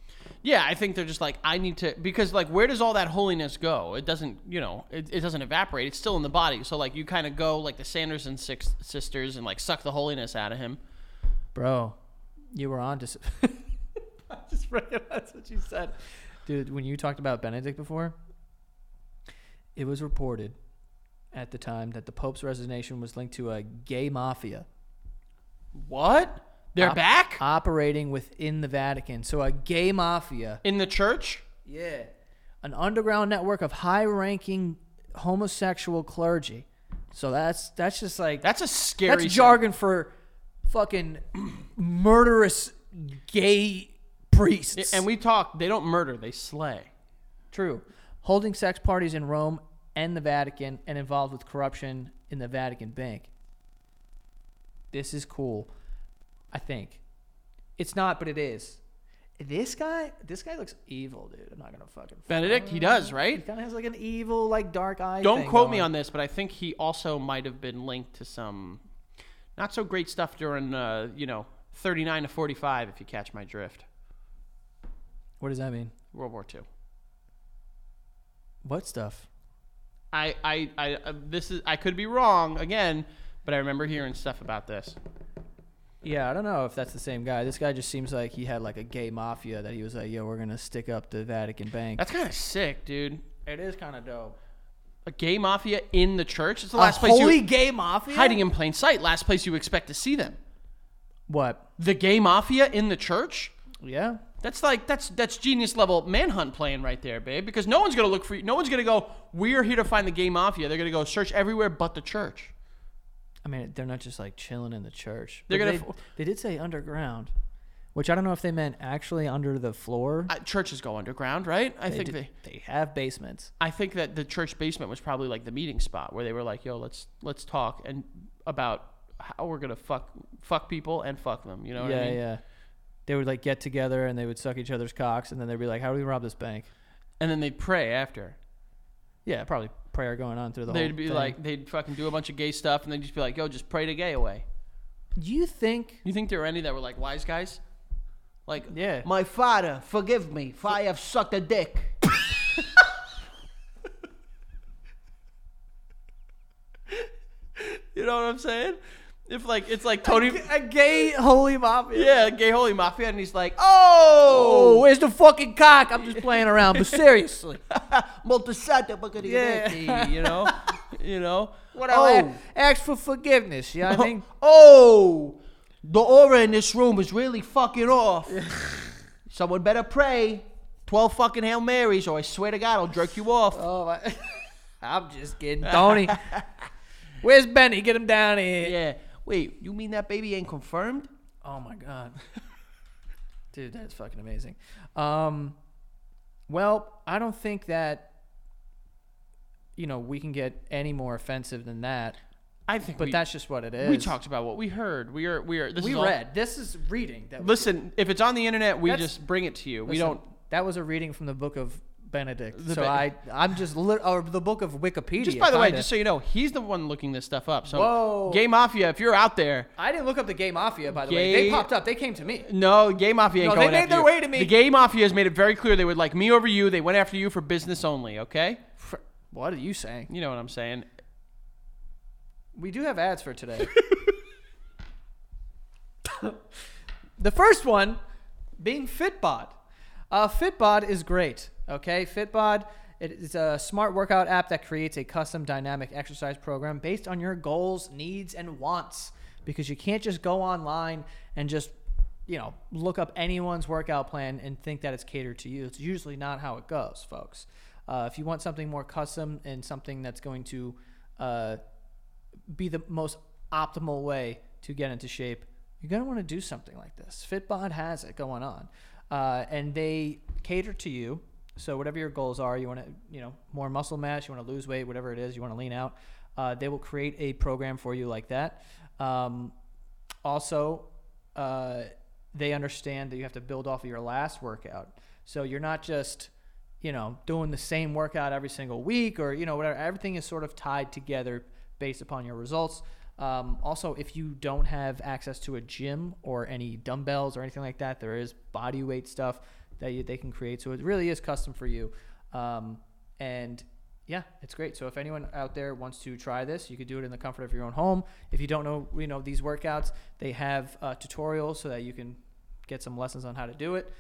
Speaker 2: Yeah, I think they're just like I need to because like where does all that holiness go? It doesn't, you know, it, it doesn't evaporate. It's still in the body. So like you kind of go like the Sanderson six sisters and like suck the holiness out of him.
Speaker 1: Bro, you were on to. s- *laughs* I just recognized what you said. Dude, when you talked about Benedict before, it was reported at the time that the Pope's resignation was linked to a gay mafia
Speaker 2: What? They're
Speaker 1: Uh,
Speaker 2: back
Speaker 1: operating within the Vatican. So, a gay mafia.
Speaker 2: in the church?
Speaker 1: Yeah. An underground network of high ranking homosexual clergy. So, that's that's just like.
Speaker 2: That's a scary
Speaker 1: That's jargon for fucking *clears throat* murderous gay priests.
Speaker 2: And we talk, they don't murder, they slay.
Speaker 1: True. Holding sex parties in Rome and the Vatican and involved with corruption in the Vatican Bank. This is cool, I think. It's not, but it is. This guy, this guy looks evil, dude. I'm not gonna fucking.
Speaker 2: Benedict, he does, right?
Speaker 1: He kind of has like an evil, like dark eye.
Speaker 2: Don't
Speaker 1: Oh, thing
Speaker 2: quote me
Speaker 1: going.
Speaker 2: on this, but I think he also might have been linked to some not so great stuff during, uh, you know, 39 to 45, if you catch my drift.
Speaker 1: What does that mean?
Speaker 2: World War II.
Speaker 1: What stuff?
Speaker 2: I, I, I, uh, this is, I could be wrong again, but I remember hearing stuff about this.
Speaker 1: Yeah, I don't know if that's the same guy. This guy just seems like he had like a gay mafia that he was like, "Yo, we're gonna stick up the Vatican Bank."
Speaker 2: That's kind of sick, dude.
Speaker 1: it is kind of dope.
Speaker 2: A gay mafia in the church? It's the
Speaker 1: Last
Speaker 2: last place
Speaker 1: holy
Speaker 2: you
Speaker 1: gay mafia
Speaker 2: hiding in plain sight. Last place you expect to see them.
Speaker 1: What?
Speaker 2: The gay mafia in the church?
Speaker 1: Yeah.
Speaker 2: That's like that's that's genius level manhunt playing right there, babe. Because no one's gonna look for you. No one's gonna go. We're here to find the gay mafia. They're gonna go search everywhere but the church.
Speaker 1: I mean, they're not just like chilling in the church.
Speaker 2: They're
Speaker 1: But
Speaker 2: gonna
Speaker 1: They,
Speaker 2: f-
Speaker 1: they did say underground, which I don't know if they meant actually under the floor.
Speaker 2: Uh, churches go underground, right? I
Speaker 1: They
Speaker 2: think
Speaker 1: did-
Speaker 2: they.
Speaker 1: they have basements.
Speaker 2: I think that the church basement was probably like the meeting spot where they were like, "Yo, let's let's talk and about how we're gonna fuck fuck people and fuck them." You know what
Speaker 1: yeah,
Speaker 2: I mean?
Speaker 1: yeah. They would like get together and they would suck each other's cocks, and then they'd be like, "How do we rob this bank?"
Speaker 2: And then they'd pray after.
Speaker 1: Yeah, probably prayer going on through the whole.
Speaker 2: they'd be
Speaker 1: thing.
Speaker 2: like, they'd fucking do a bunch of gay stuff, and then just be like, "Yo, just pray the gay away."
Speaker 1: "Do you think?"
Speaker 2: You think there were any that were like wise guys? Like,
Speaker 1: Yeah.
Speaker 2: my father, forgive me, for I have sucked a dick. *laughs* you know what I'm saying? If like it's like Tony,
Speaker 1: A gay holy mafia.
Speaker 2: yeah, gay holy mafia, and he's like, oh,
Speaker 1: Oh, where's the fucking cock? I'm just playing around,
Speaker 2: *laughs*
Speaker 1: but seriously.
Speaker 2: Multisata Bacadilletti, you *laughs* know, you know.
Speaker 1: What
Speaker 2: oh,
Speaker 1: oh. ask for forgiveness. Yeah, I think
Speaker 2: oh, the aura in this room is really fucking off. Someone better pray. Twelve fucking Hail Marys, or I swear to God, I'll jerk you off.
Speaker 1: Oh, I, *laughs* I'm just
Speaker 2: *laughs*
Speaker 1: kidding, Tony. Where's Benny? Get him down here.
Speaker 2: yeah. Wait, you mean that baby ain't confirmed?
Speaker 1: Oh my god, dude, that's fucking amazing. Um, well, I don't think that you know we can get any more offensive than that.
Speaker 2: I think,
Speaker 1: But
Speaker 2: we,
Speaker 1: that's just what it is.
Speaker 2: we talked about what we heard. We are we are. This
Speaker 1: We
Speaker 2: is all-
Speaker 1: read. This is reading. That we-
Speaker 2: listen, if it's on the internet, we
Speaker 1: That's-
Speaker 2: just bring it to you. we
Speaker 1: listen,
Speaker 2: don't.
Speaker 1: That was a reading from the book of Benedict.
Speaker 2: The
Speaker 1: so
Speaker 2: Ben-
Speaker 1: I, I'm just lit, or the book of Wikipedia.
Speaker 2: Just by the way,
Speaker 1: kinda.
Speaker 2: just so you know, he's the one looking this stuff up. So,
Speaker 1: Whoa.
Speaker 2: Gay Mafia, if you're out there,
Speaker 1: I didn't look up the Gay Mafia. By the way,
Speaker 2: Gay-
Speaker 1: they popped up. They came to me.
Speaker 2: No, Gay Mafia ain't
Speaker 1: No, they
Speaker 2: going
Speaker 1: made
Speaker 2: after
Speaker 1: their
Speaker 2: you.
Speaker 1: way to me.
Speaker 2: The Gay Mafia has made it very clear they would like me over you. They went after you for business only, okay?
Speaker 1: Fr- What are you saying?
Speaker 2: You know what I'm saying.
Speaker 1: We do have ads for today. the first one being Fitbod. Uh, Fitbod is great. Okay, Fitbod it is a smart workout app that creates a custom dynamic exercise program based on your goals, needs, and wants. Because you can't just go online and just you know look up anyone's workout plan and think that it's catered to you. It's usually not how it goes, folks. Uh, if you want something more custom and something that's going to uh, be the most optimal way to get into shape, you're going to want to do something like this. Fitbod has it going on, uh, and they cater to you. So whatever your goals are, you want to, you know, more muscle mass, you want to lose weight, whatever it is, you want to lean out. Uh, they will create a program for you like that. Um, also, uh, they understand that you have to build off of your last workout. So you're not just, you know, doing the same workout every single week or, you know, whatever. Everything is sort of tied together based upon your results. Um, also, if you don't have access to a gym or any dumbbells or anything like that, there is body weight stuff that you, they can create. So it really is custom for you. Um, and yeah, it's great. So if anyone out there wants to try this, you could do it in the comfort of your own home. If you don't know, you know these workouts, they have uh, tutorials so that you can get some lessons on how to do it.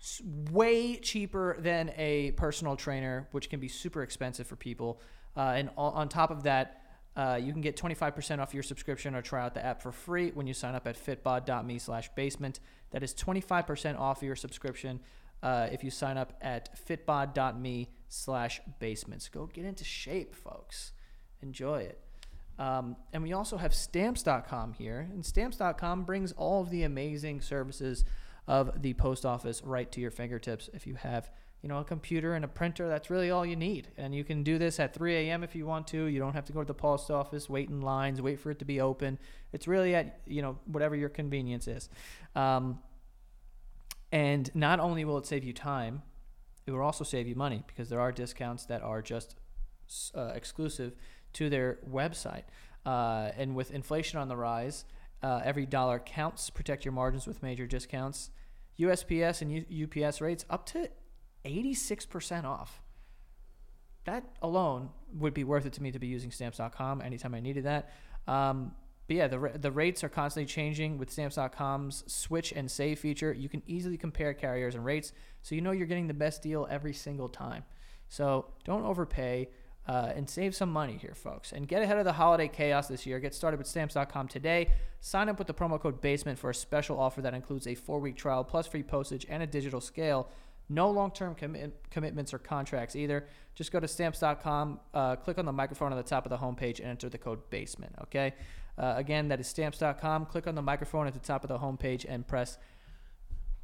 Speaker 1: S way cheaper than a personal trainer, which can be super expensive for people. Uh, and all, on top of that, uh, you can get 25% off your subscription or try out the app for free when you sign up at fitbod.me slash basement. That is 25% off your subscription uh, if you sign up at fitbod.me slash basements. Go get into shape, folks. Enjoy it. Um, and we also have stamps.com here. And stamps.com brings all of the amazing services of the post office right to your fingertips if you have you know a computer and a printer that's really all you need and you can do this at 3 a.m if you want to you don't have to go to the post office wait in lines wait for it to be open it's really at you know whatever your convenience is um, and not only will it save you time it will also save you money because there are discounts that are just uh, exclusive to their website. Uh, and with inflation on the rise, uh, every dollar counts. Protect your margins with major discounts. USPS and U- UPS rates up to 86% off. That alone would be worth it to me to be using stamps.com anytime I needed that. Um, but yeah, the, ra- the rates are constantly changing with stamps.com's switch and save feature. You can easily compare carriers and rates so you know you're getting the best deal every single time. So don't overpay uh, and save some money here, folks. And get ahead of the holiday chaos this year. Get started with stamps.com today. Sign up with the promo code BASEMENT for a special offer that includes a four week trial plus free postage and a digital scale. No long term commi- commitments or contracts either. Just go to stamps.com, uh, click on the microphone on the top of the homepage, and enter the code BASEMENT, okay? Uh, again, that is stamps.com. Click on the microphone at the top of the homepage and press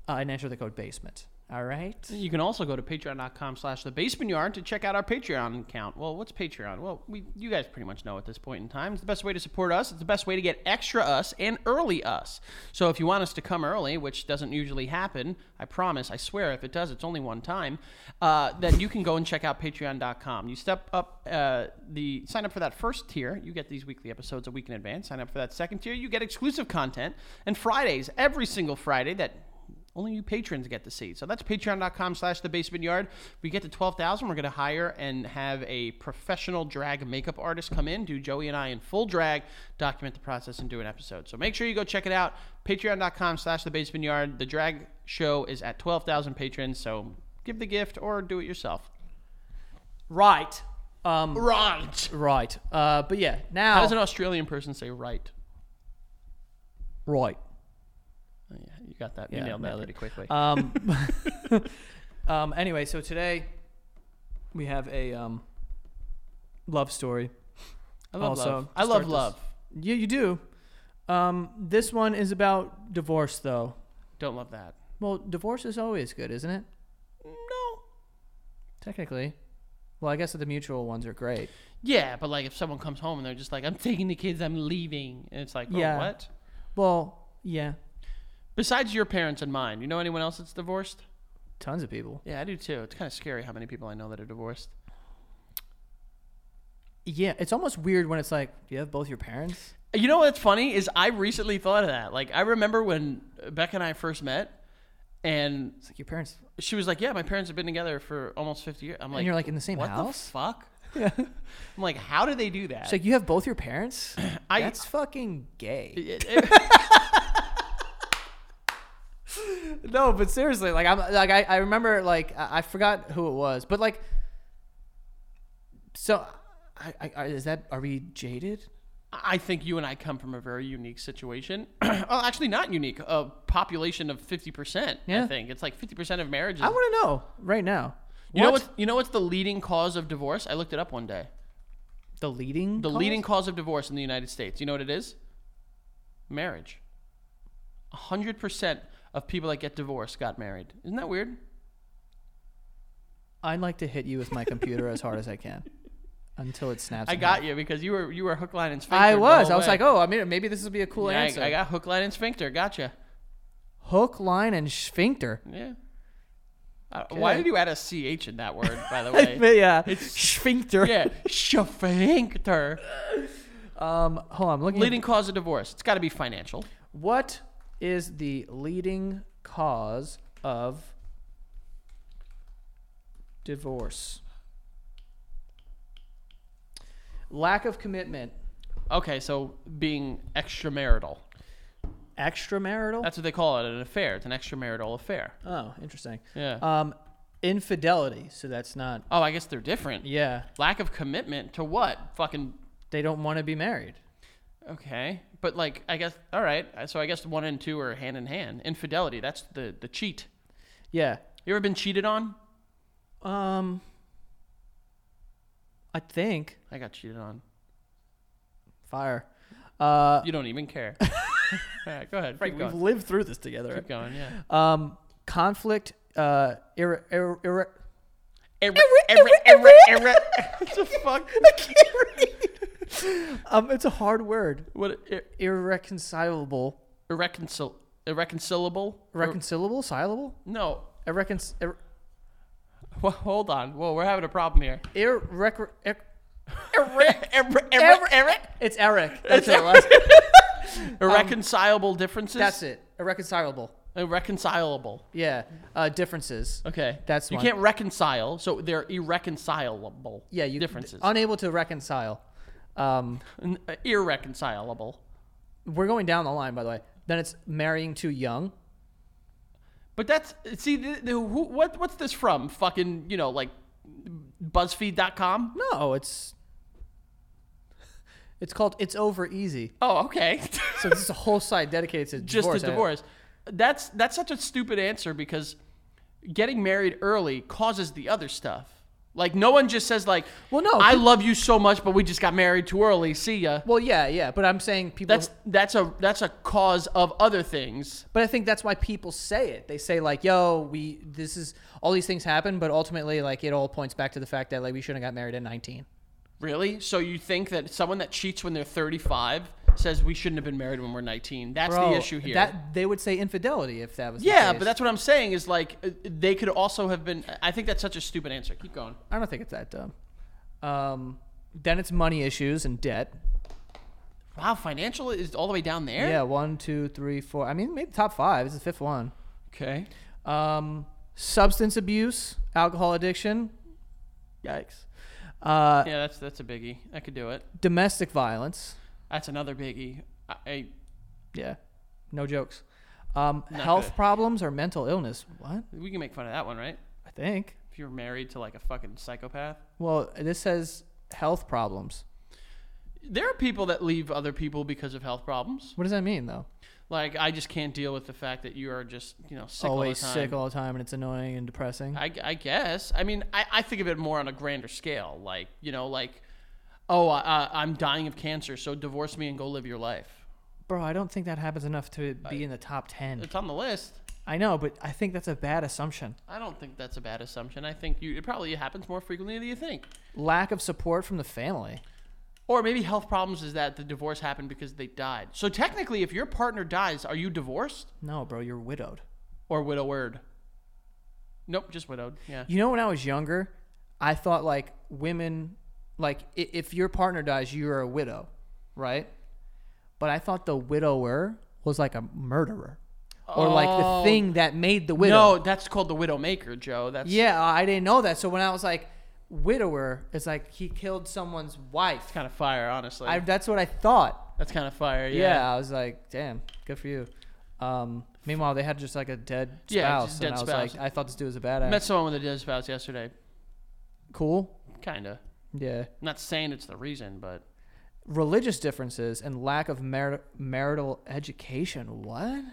Speaker 1: uh, and enter the code BASEMENT. All right.
Speaker 2: You can also go to patreon.com slash the basement yard to check out our Patreon account. Well, what's Patreon? Well, we, you guys pretty much know at this point in time. It's the best way to support us. It's the best way to get extra us and early us. So if you want us to come early, which doesn't usually happen, I promise, I swear, if it does, it's only one time, uh, then you can go and check out patreon.com. You step up uh, the, sign up for that first tier. You get these weekly episodes a week in advance. Sign up for that second tier. You get exclusive content. And Fridays, every single Friday that only you patrons get to see. So that's patreon.com slash the basement yard. We get to 12,000. We're going to hire and have a professional drag makeup artist come in, do Joey and I in full drag, document the process, and do an episode. So make sure you go check it out. Patreon.com slash the basement yard. The drag show is at 12,000 patrons. So give the gift or do it yourself.
Speaker 1: Right. Um,
Speaker 2: Right.
Speaker 1: right. Uh, but yeah, now.
Speaker 2: How does an Australian person say right?
Speaker 1: right.
Speaker 2: Oh, yeah, you got that.
Speaker 1: Yeah,
Speaker 2: you nailed that
Speaker 1: nailed it.
Speaker 2: pretty quickly.
Speaker 1: Um, *laughs* um, anyway, so today we have a um, love story.
Speaker 2: Uh, I love
Speaker 1: also,
Speaker 2: love.
Speaker 1: to
Speaker 2: I love
Speaker 1: start this-
Speaker 2: love.
Speaker 1: Yeah, you do. Um, this one is about divorce, though.
Speaker 2: Don't love that.
Speaker 1: Well, divorce is always good, isn't it?
Speaker 2: No.
Speaker 1: Technically. Well, I guess that the mutual ones are great.
Speaker 2: Yeah, but like if someone comes home and they're just like, "I'm taking the kids, I'm leaving," and it's like, oh,
Speaker 1: Yeah.
Speaker 2: what?
Speaker 1: Well, yeah,
Speaker 2: Besides your parents and mine, you know anyone else that's divorced?
Speaker 1: tons of people.
Speaker 2: Yeah, I do too. It's kind of scary how many people I know that are divorced.
Speaker 1: Yeah, it's almost weird when it's like, do you have both your parents?
Speaker 2: You know what's funny is I recently thought of that. Like I remember when Becca and I first met, and
Speaker 1: It's like your parents,
Speaker 2: she was like, "Yeah, my parents have been together for almost 50 years." I'm like,
Speaker 1: and you're like in the same
Speaker 2: "What
Speaker 1: house. *laughs*
Speaker 2: the fuck?" I'm like, "How do they do that?"
Speaker 1: it's like you have both your parents.
Speaker 2: *clears throat* I-
Speaker 1: That's fucking gay.
Speaker 2: *laughs* It- it-
Speaker 1: No, but seriously, like I'm like I, I remember like I, I forgot who it was, but like so I, I, I is that are we jaded?
Speaker 2: I think you and I come from a very unique situation. *clears throat* well, actually, not unique. A population of fifty percent. I
Speaker 1: Yeah.
Speaker 2: think it's like fifty percent of marriages.
Speaker 1: I want to know right now.
Speaker 2: you know what's you know what's the leading cause of divorce? I looked it up one day.
Speaker 1: the leading
Speaker 2: The
Speaker 1: cause?
Speaker 2: leading cause of divorce in the United States. You know what it is? Marriage. hundred percent of people that get divorced got married. Isn't that weird?
Speaker 1: I'd like to hit you with my computer as hard as I can until it snaps.
Speaker 2: I
Speaker 1: in
Speaker 2: got
Speaker 1: half.
Speaker 2: you because you were you were hook, line, and sphincter.
Speaker 1: I
Speaker 2: the
Speaker 1: was.
Speaker 2: whole
Speaker 1: I was
Speaker 2: way.
Speaker 1: like, oh, I mean, maybe this would be a cool
Speaker 2: Yeah,
Speaker 1: answer.
Speaker 2: I, I got hook, line, and sphincter. Gotcha.
Speaker 1: Hook, line, and sphincter.
Speaker 2: Yeah. Uh, Why
Speaker 1: Okay.
Speaker 2: did you add a ch in that word?
Speaker 1: *laughs*
Speaker 2: By the way.
Speaker 1: yeah, it's sphincter. *laughs*
Speaker 2: Yeah, sphincter.
Speaker 1: Um, hold on, I'm looking. at-
Speaker 2: Leading cause of divorce. It's got to be financial.
Speaker 1: What is the leading cause of divorce? Lack of commitment.
Speaker 2: Okay, so being extramarital.
Speaker 1: Extramarital?
Speaker 2: That's what they call it, an affair. It's an extramarital affair.
Speaker 1: oh, interesting.
Speaker 2: Yeah.
Speaker 1: Um, infidelity. So that's not.
Speaker 2: oh, I guess they're different.
Speaker 1: Yeah.
Speaker 2: Lack of commitment to what? Fucking.
Speaker 1: They don't want to be married.
Speaker 2: Okay, but like, I guess. All right. Uh, So I guess one and two are hand in hand. Infidelity. That's the the cheat.
Speaker 1: Yeah.
Speaker 2: You ever been cheated on?
Speaker 1: Um, I think.
Speaker 2: I got cheated on.
Speaker 1: Fire. Uh, *laughs*
Speaker 2: You don't even care. All right, go ahead.
Speaker 1: Frank,
Speaker 2: keep
Speaker 1: we've
Speaker 2: going.
Speaker 1: lived through this together.
Speaker 2: Keep going. Yeah.
Speaker 1: Um, conflict. Uh, ir- ir- ir-
Speaker 2: Error, error, error, error. *laughs*
Speaker 1: *laughs*
Speaker 2: What the fuck?
Speaker 1: um, it's a hard word.
Speaker 2: What? Ir-
Speaker 1: Irreconcilable.
Speaker 2: irreconcil- irreconcilable? Ir-
Speaker 1: Reconcilable? Silable?
Speaker 2: no.
Speaker 1: Irrecon- ir-
Speaker 2: Wha hold on. Whoa, we're having a problem here.
Speaker 1: irrecor- ir-
Speaker 2: *laughs* Error, error,
Speaker 1: Error.
Speaker 2: error, error.
Speaker 1: it's *laughs* Eric. That's it. Last,
Speaker 2: Irreconcilable differences?
Speaker 1: um, that's it. Irreconcilable.
Speaker 2: Irreconcilable.
Speaker 1: Yeah. Uh, differences.
Speaker 2: Okay.
Speaker 1: That's
Speaker 2: You
Speaker 1: one.
Speaker 2: can't reconcile, so they're irreconcilable.
Speaker 1: Yeah. You, uh,
Speaker 2: differences.
Speaker 1: Unable to reconcile. Um,
Speaker 2: N- uh, irreconcilable.
Speaker 1: we're going down the line, by the way. Then it's marrying too young.
Speaker 2: But that's see the, the, who, what what's this from? Fucking, you know, like buzzfeed.com?
Speaker 1: No, it's it's called "It's Over Easy."
Speaker 2: Oh, okay. *laughs*
Speaker 1: So this is a whole site dedicated to
Speaker 2: just
Speaker 1: divorce. eh?
Speaker 2: a divorce. That's that's such a stupid answer because getting married early causes the other stuff. Like no one just says like,
Speaker 1: Well, no,
Speaker 2: I
Speaker 1: pe-
Speaker 2: love you so much, but we just got married too early. See ya."
Speaker 1: Well, yeah, yeah, but I'm saying people.
Speaker 2: That's that's a that's a cause of other things.
Speaker 1: but I think that's why people say it. They say like, "Yo, we this is all these things happen," but ultimately, like, it all points back to the fact that like we shouldn't have got married at 19.
Speaker 2: Really? So you think that someone that cheats when they're 35 says we shouldn't have been married when we're 19? That's the issue here.
Speaker 1: That they would say infidelity if that was. the
Speaker 2: yeah,
Speaker 1: case.
Speaker 2: but that's what I'm saying is like uh, they could also have been. I think that's such a stupid answer. Keep going.
Speaker 1: I don't think it's that dumb. Um, then it's money issues and debt.
Speaker 2: Wow, financial is all the way down there.
Speaker 1: Yeah, one, two, three, four. I mean, maybe top five. This is the fifth one.
Speaker 2: Okay.
Speaker 1: Um, substance abuse, alcohol addiction. Yikes. Uh,
Speaker 2: Yeah, that's that's a biggie. I could do it.
Speaker 1: Domestic violence.
Speaker 2: That's another biggie. I, I
Speaker 1: Yeah. No jokes. Um, health
Speaker 2: good.
Speaker 1: problems or mental illness. What?
Speaker 2: we can make fun of that one, right?
Speaker 1: I think.
Speaker 2: If you're married to like a fucking psychopath.
Speaker 1: Well, this says health problems.
Speaker 2: There are people that leave other people because of health problems.
Speaker 1: What does that mean, though?
Speaker 2: Like I just can't deal with the fact that you are just, you know, sick
Speaker 1: Always
Speaker 2: all the time.
Speaker 1: sick all the time, and it's annoying and depressing.
Speaker 2: I, I guess. I mean, I, I think of it more on a grander scale. Like, you know, like, oh, I, I, I'm dying of cancer, so divorce me and go live your life.
Speaker 1: Bro, I don't think that happens enough to be in the top ten.
Speaker 2: It's on the list.
Speaker 1: I know, but I think that's a bad assumption.
Speaker 2: I don't think that's a bad assumption. I think you it probably happens more frequently than you think.
Speaker 1: Lack of support from the family.
Speaker 2: Or maybe health problems is that the divorce happened because they died. So technically, if your partner dies, are you divorced
Speaker 1: No, bro, you're widowed.
Speaker 2: or widowed? Nope, just widowed. Yeah.
Speaker 1: You know, when I was younger, I thought like women, like i- if your partner dies, you're a widow, right? But I thought the widower was like a murderer or like the
Speaker 2: Oh.
Speaker 1: thing that made the widow.
Speaker 2: No, that's called the widowmaker, Joe. That's
Speaker 1: Yeah, I didn't know that. So when I was like, widower, it's like he killed someone's wife.
Speaker 2: kind of fire, honestly.
Speaker 1: I, that's what I thought.
Speaker 2: that's kind of fire.
Speaker 1: Yeah.
Speaker 2: Yeah.
Speaker 1: I was like, damn, good for you. Um, meanwhile, they had just like a dead spouse.
Speaker 2: Yeah, just
Speaker 1: and
Speaker 2: dead
Speaker 1: I was
Speaker 2: spouse.
Speaker 1: like, I thought this dude was a badass.
Speaker 2: Met someone with a dead spouse yesterday.
Speaker 1: cool.
Speaker 2: Kinda.
Speaker 1: Yeah.
Speaker 2: not saying it's the reason, but
Speaker 1: religious differences and lack of mari- marital education. What?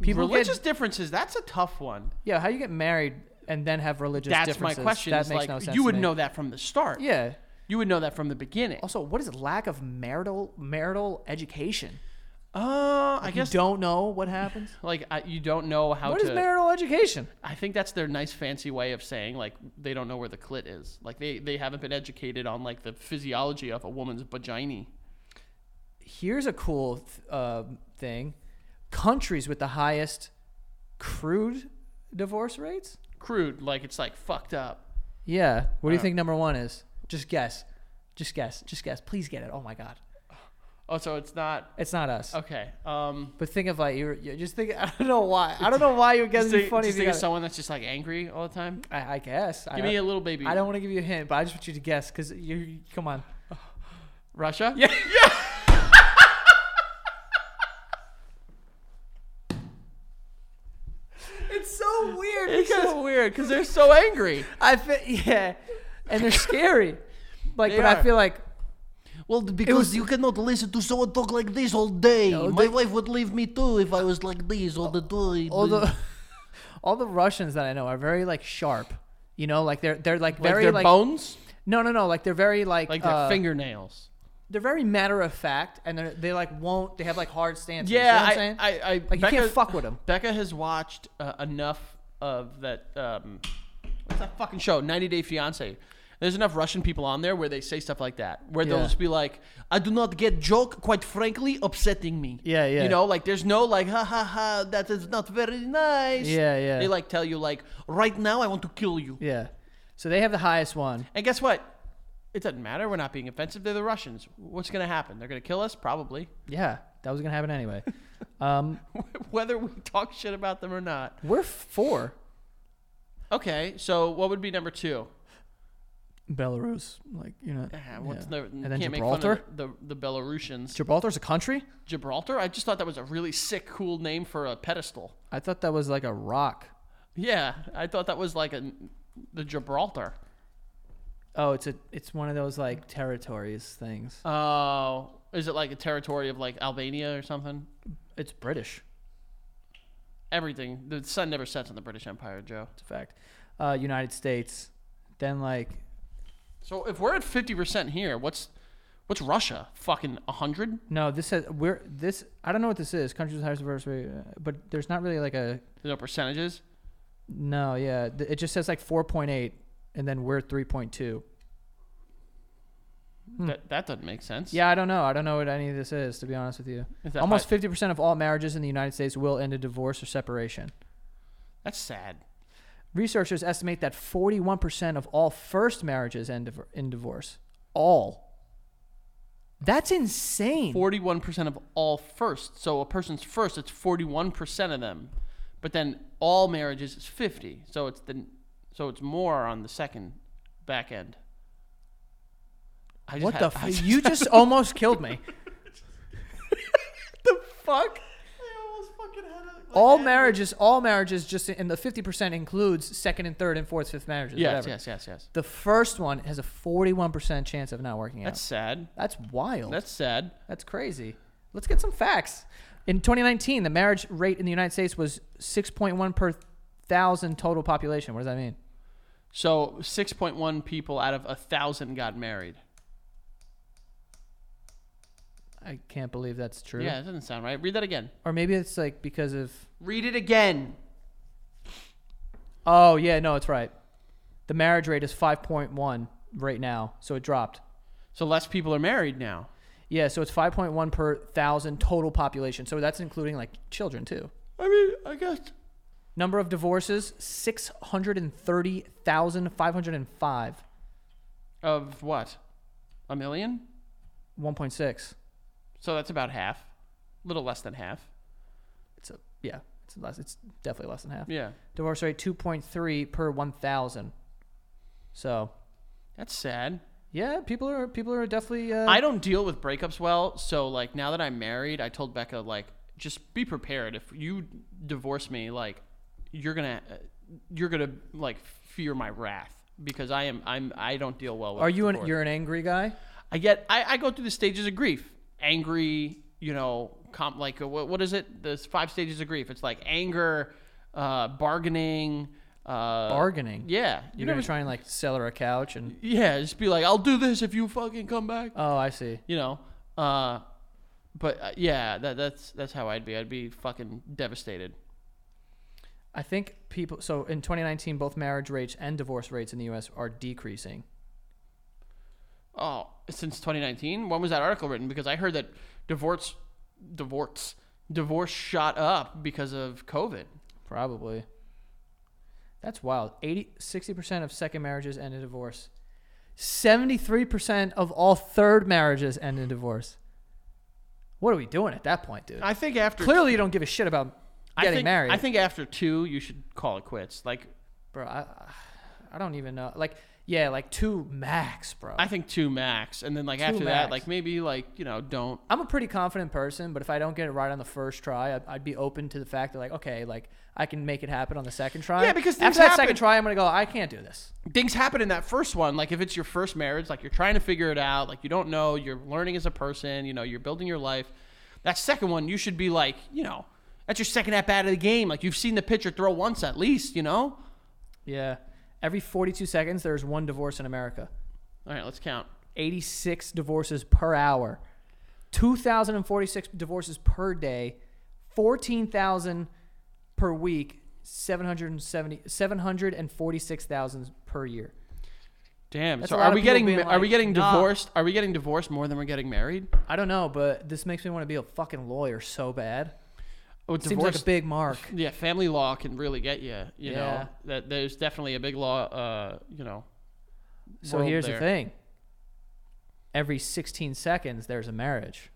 Speaker 1: People get-
Speaker 2: religious differences. That's a tough one.
Speaker 1: yeah, how you get married and then have religious
Speaker 2: That's my
Speaker 1: differences?
Speaker 2: question.
Speaker 1: That
Speaker 2: is,
Speaker 1: makes
Speaker 2: like,
Speaker 1: no sense.
Speaker 2: you
Speaker 1: to
Speaker 2: would
Speaker 1: me.
Speaker 2: know that from the start.
Speaker 1: Yeah.
Speaker 2: You would know that from the beginning.
Speaker 1: Also, what is lack of marital marital education?
Speaker 2: Uh, I guess
Speaker 1: you don't know what happens.
Speaker 2: like I, you don't know how
Speaker 1: What
Speaker 2: to.
Speaker 1: is marital education?
Speaker 2: I think that's their nice fancy way of saying like they don't know where the clit is. Like they they haven't been educated on like the physiology of a woman's vagina.
Speaker 1: Here's a cool th- uh, thing: countries with the highest crude divorce rates.
Speaker 2: Crude, like it's like fucked up.
Speaker 1: Yeah. What do you
Speaker 2: Uh,
Speaker 1: think number one is? Just guess. Just guess. Just guess. Please get it. Oh my God.
Speaker 2: Oh, so it's not
Speaker 1: It's not us.
Speaker 2: okay. Um,
Speaker 1: But think of like you you just think *laughs* I don't know why I don't know why you guys
Speaker 2: just
Speaker 1: be
Speaker 2: think,
Speaker 1: funny.
Speaker 2: just
Speaker 1: if you
Speaker 2: think of
Speaker 1: got-
Speaker 2: someone that's just like angry all the time.
Speaker 1: I, I guess. I
Speaker 2: Give me
Speaker 1: don't-
Speaker 2: a little baby.
Speaker 1: I don't want to give you a hint, but I just want you to guess because you come on.
Speaker 2: Russia. *laughs* Yeah.
Speaker 1: It's so weird
Speaker 2: It's so weird because they're so angry.
Speaker 1: I feel yeah,
Speaker 2: *laughs*
Speaker 1: and they're scary. Like,
Speaker 2: They
Speaker 1: but I
Speaker 2: are.
Speaker 1: feel like
Speaker 3: Well, because you cannot listen to someone talk like this all day.
Speaker 1: No,
Speaker 3: My
Speaker 1: they-
Speaker 3: wife would leave me too if I was like this all the time.
Speaker 1: all the all the Russians that I know are very like sharp. You know, like they're they're like
Speaker 2: Like
Speaker 1: *laughs* very
Speaker 2: their
Speaker 1: like
Speaker 2: bones,
Speaker 1: no no no like they're very like
Speaker 2: like their
Speaker 1: uh,
Speaker 2: fingernails.
Speaker 1: they're very matter of fact, and they they like won't. They have like hard stances. you know
Speaker 2: Yeah,
Speaker 1: what I'm
Speaker 2: I,
Speaker 1: saying?
Speaker 2: I, I,
Speaker 1: like you can't fuck with them.
Speaker 2: Becca has watched uh, enough of that. Um, what's that fucking show? 90 Day Fiance. There's enough Russian people on there where they say stuff like that, where they'll
Speaker 1: Yeah.
Speaker 2: just be like, "I do not get joke, quite frankly, upsetting me."
Speaker 1: Yeah, yeah.
Speaker 2: You know, like there's no like, "Ha ha ha," that is not very nice.
Speaker 1: Yeah, yeah.
Speaker 2: They like tell you like, "Right now, I want to kill you."
Speaker 1: Yeah, so they have the highest one.
Speaker 2: And guess what? It doesn't matter. We're not being offensive. They're the Russians. What's going to happen? They're going to kill us, probably, *laughs*
Speaker 1: Yeah, that was gonna happen *laughs* anyway. um,
Speaker 2: whether we talk shit about them or not.
Speaker 1: we're four.
Speaker 2: Okay, so what would be number two?
Speaker 1: Belarus, like you know,
Speaker 2: Ah, What's
Speaker 1: yeah.
Speaker 2: the,
Speaker 1: and then
Speaker 2: can't
Speaker 1: Gibraltar.
Speaker 2: make fun of the, the, the Belarusians.
Speaker 1: Gibraltar's a country.
Speaker 2: Gibraltar? I just thought that was a really sick, cool name for a pedestal.
Speaker 1: I thought that was like a rock.
Speaker 2: Yeah, I thought that was like a, the Gibraltar.
Speaker 1: Oh, it's a it's one of those like territories things.
Speaker 2: Oh, is it like a territory of like Albania or something?
Speaker 1: It's British.
Speaker 2: Everything. The sun never sets on the British Empire, Joe.
Speaker 1: It's a fact. Uh, United States. Then like
Speaker 2: So if we're at fifty percent here, what's what's Russia? Fucking hundred?
Speaker 1: no, this says we're this. I don't know what this is. Countries with highest diversity, uh, but there's not really like a
Speaker 2: There's no percentages.
Speaker 1: no. Yeah, th- it just says like 4.8, and then we're 3.2.
Speaker 2: That that doesn't make sense.
Speaker 1: Hmm. Yeah, I don't know. I don't know what any of this is, to be honest with you.
Speaker 2: Is that
Speaker 1: Almost
Speaker 2: by-
Speaker 1: 50% of all marriages in the United States will end in divorce or separation.
Speaker 2: that's sad.
Speaker 1: Researchers estimate that 41% of all first marriages end div- in divorce. All. That's insane.
Speaker 2: Forty-one percent of all first. So a person's first, it's forty-one percent of them, but then all marriages is fifty. So it's the so it's more on the second back end. I just
Speaker 1: what the
Speaker 2: had-
Speaker 1: f
Speaker 2: *laughs* I just-
Speaker 1: You just almost killed
Speaker 2: *laughs*
Speaker 1: me.
Speaker 2: fuck? I almost fucking had a, like,
Speaker 1: All
Speaker 2: had-
Speaker 1: marriages, all marriages, just in the 50% includes second and third and fourth, fifth marriages.
Speaker 2: Yes,
Speaker 1: whatever.
Speaker 2: yes, yes, yes.
Speaker 1: The first one has a 41% chance of not working
Speaker 2: That's
Speaker 1: out.
Speaker 2: sad.
Speaker 1: That's wild.
Speaker 2: That's sad.
Speaker 1: That's crazy. Let's get some facts. In 2019, the marriage rate in the United States was 6.1 per thousand total population. What does that mean?
Speaker 2: So six point one people out of a thousand got married.
Speaker 1: I can't believe that's true.
Speaker 2: Yeah, that doesn't sound right. Read that again.
Speaker 1: Or maybe it's like because of.
Speaker 2: Read it again.
Speaker 1: Oh, yeah, no, it's right. The marriage rate is 5.1 right now, so it dropped.
Speaker 2: So less people are married now.
Speaker 1: Yeah, so it's 5.1 per thousand total population. So that's including like children too.
Speaker 2: I mean, I guess
Speaker 1: Number of divorces 630,505.
Speaker 2: of what? A million?
Speaker 1: 1.6.
Speaker 2: So that's about half, a little less than half.
Speaker 1: It's a, yeah, it's less. It's definitely less than half.
Speaker 2: Yeah,
Speaker 1: Divorce rate 2.3 per 1,000. So,
Speaker 2: that's sad.
Speaker 1: yeah, people are people are definitely uh,
Speaker 2: I don't deal with breakups well, so like now that I'm married, I told Becca like just be prepared if you divorce me, like you're gonna uh, you're gonna like fear my wrath because I am I'm I don't deal well with.
Speaker 1: Are you an
Speaker 2: divorce.
Speaker 1: you're an angry guy?
Speaker 2: I get I, I go through the stages of grief, angry, you know, comp like uh, what, what is it? There's five stages of grief. It's like anger, uh, bargaining. Uh,
Speaker 1: Bargaining.
Speaker 2: Yeah, you
Speaker 1: You're
Speaker 2: never
Speaker 1: gonna try and like sell her a couch and
Speaker 2: Yeah, just be like, I'll do this if you fucking come back.
Speaker 1: oh, I see.
Speaker 2: You know, uh, but uh, yeah, that, that's that's how I'd be. I'd be fucking devastated.
Speaker 1: I think people. So in 2019, both marriage rates and divorce rates in the U.S. are decreasing.
Speaker 2: Oh, since 2019, when was that article written? Because I heard that divorce, divorce, divorce shot up because of COVID.
Speaker 1: Probably. That's wild. 80, 60% of second marriages end in divorce. 73% of all third marriages end in divorce. What are we doing at that point, dude?
Speaker 2: I think after
Speaker 1: Clearly, you don't give a shit about
Speaker 2: I
Speaker 1: getting
Speaker 2: think,
Speaker 1: married.
Speaker 2: I think after two, you should call it quits. Like
Speaker 1: bro. I, I don't even know. Like, yeah, like two max, bro.
Speaker 2: I think two max, and then like
Speaker 1: Two
Speaker 2: after that,
Speaker 1: max.
Speaker 2: like maybe like you know don't.
Speaker 1: I'm a pretty confident person, but if I don't get it right on the first try, I'd, I'd be open to the fact that like, okay, like I can make it happen on the second try.
Speaker 2: Yeah, because things
Speaker 1: after that
Speaker 2: happen.
Speaker 1: second try, I'm gonna go. I can't do this.
Speaker 2: Things happen in that first one. Like if it's your first marriage, like you're trying to figure it out, like you don't know, you're learning as a person, you know, you're building your life. That second one, you should be like, you know, that's your second at bat of the game. Like you've seen the pitcher throw once at least, you know.
Speaker 1: Yeah. Every 42 seconds, there's one divorce in America.
Speaker 2: All right, let's count.
Speaker 1: 86 divorces per hour, 2,046 divorces per day, 14,000 per week, 770 746,000 per year.
Speaker 2: Damn.
Speaker 1: That's a
Speaker 2: so
Speaker 1: lot
Speaker 2: are
Speaker 1: of
Speaker 2: we
Speaker 1: people
Speaker 2: getting
Speaker 1: being
Speaker 2: ma- are we
Speaker 1: like,
Speaker 2: getting
Speaker 1: "Nah."
Speaker 2: divorced? Are we getting divorced more than we're getting married?
Speaker 1: I don't know, but this makes me want to be a fucking lawyer so bad.
Speaker 2: Oh,
Speaker 1: It seems like a big
Speaker 2: *laughs*
Speaker 1: mark.
Speaker 2: yeah, family law can really get you. You
Speaker 1: Yeah.
Speaker 2: know that there's definitely a big law. Uh, you know.
Speaker 1: So
Speaker 2: world
Speaker 1: here's
Speaker 2: there.
Speaker 1: the thing. Every 16 seconds there's a marriage.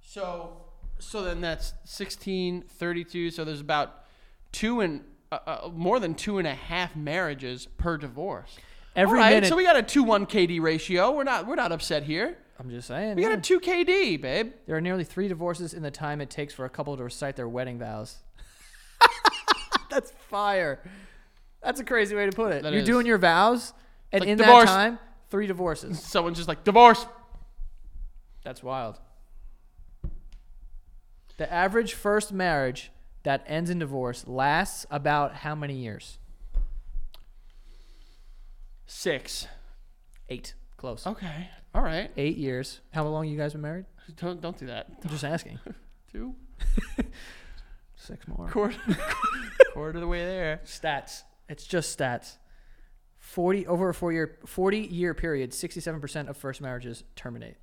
Speaker 2: So so then that's 16, 32. So there's about two and uh, uh, more than two and a half marriages per divorce.
Speaker 1: Every
Speaker 2: All right,
Speaker 1: minute
Speaker 2: so we got a two one KD ratio. We're not we're not upset here.
Speaker 1: I'm just saying.
Speaker 2: We got
Speaker 1: yeah.
Speaker 2: a two KD, babe.
Speaker 1: There are nearly three divorces in the time it takes for a couple to recite their wedding vows. *laughs* That's fire. That's a crazy way to put it.
Speaker 2: That
Speaker 1: You're
Speaker 2: is.
Speaker 1: doing your vows, and
Speaker 2: Like
Speaker 1: in
Speaker 2: divorce.
Speaker 1: that time, three divorces.
Speaker 2: Someone's just like divorce.
Speaker 1: That's wild. The average first marriage that ends in divorce lasts about how many years?
Speaker 2: Six.
Speaker 1: Eight. Close.
Speaker 2: Okay. All right.
Speaker 1: Eight years. How long you guys been married?
Speaker 2: Don't don't do that.
Speaker 1: I'm just
Speaker 2: *laughs*
Speaker 1: asking.
Speaker 2: Two
Speaker 1: Six more.
Speaker 2: quarter quarter of the way there.
Speaker 1: Stats. It's just stats. Forty over a four year forty year period, sixty seven percent of first marriages terminate.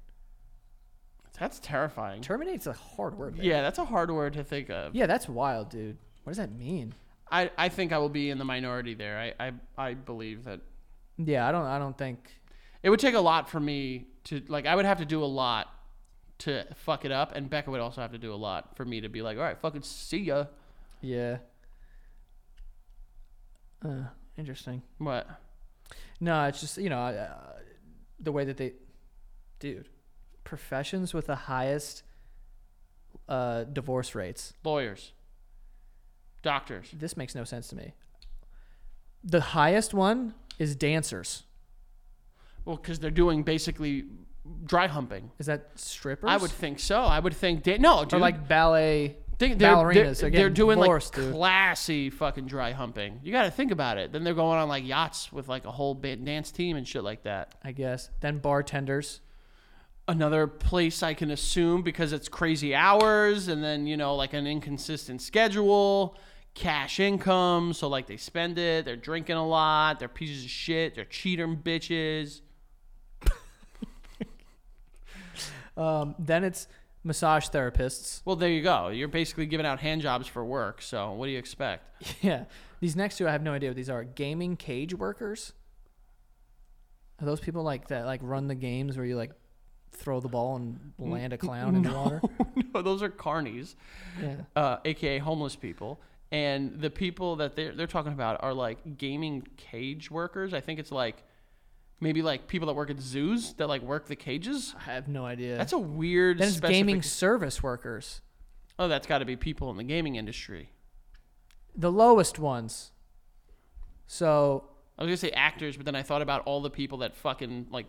Speaker 2: That's terrifying.
Speaker 1: Terminate's a hard word. man.
Speaker 2: Yeah, that's a hard word to think of.
Speaker 1: Yeah, that's wild, dude. What does that mean?
Speaker 2: I, I think I will be in the minority there. I, I I believe that
Speaker 1: Yeah, I don't I don't think
Speaker 2: it would take a lot for me to like. I would have to do a lot to fuck it up, and Becca would also have to do a lot for me to be like, all right, fucking see ya.
Speaker 1: yeah. Uh, interesting.
Speaker 2: What?
Speaker 1: No, it's just, you know, uh, the way that they dude, professions with the highest uh, divorce rates.
Speaker 2: Lawyers, doctors.
Speaker 1: This makes no sense to me. The highest one is dancers.
Speaker 2: Well, because they're doing basically dry humping.
Speaker 1: Is that strippers?
Speaker 2: I would think so. I would think da- no, dude.
Speaker 1: or like ballet
Speaker 2: think they're,
Speaker 1: ballerinas.
Speaker 2: They're,
Speaker 1: They're,
Speaker 2: they're doing
Speaker 1: divorced,
Speaker 2: like
Speaker 1: dude.
Speaker 2: classy fucking dry humping. You got to think about it. Then they're going on like yachts with like a whole ba- dance team and shit like that.
Speaker 1: I guess. Then bartenders.
Speaker 2: another place I can assume because it's crazy hours and then, you know, like an inconsistent schedule, cash income. So, like, they spend it, they're drinking a lot, they're pieces of shit, they're cheating bitches.
Speaker 1: Um, then it's massage therapists. *laughs*
Speaker 2: Well, there you go. You're basically giving out hand jobs for work. So, what do you expect? *laughs*
Speaker 1: yeah. These next two, I have no idea what these are. Gaming cage workers. Are those people like that like run the games where you like throw the ball and land a clown in the
Speaker 2: *laughs*
Speaker 1: water?
Speaker 2: no, those are carnies,
Speaker 1: Yeah.
Speaker 2: uh, aka homeless people. And the people that they're, they're talking about are like gaming cage workers. I think it's like maybe like people that work at zoos that like work the cages.
Speaker 1: I have no idea.
Speaker 2: That's a weird.
Speaker 1: then it's
Speaker 2: specific-
Speaker 1: gaming service workers.
Speaker 2: Oh, that's got to be people in the gaming industry.
Speaker 1: The lowest ones. So
Speaker 2: I was gonna say actors, but then I thought about all the people that fucking like,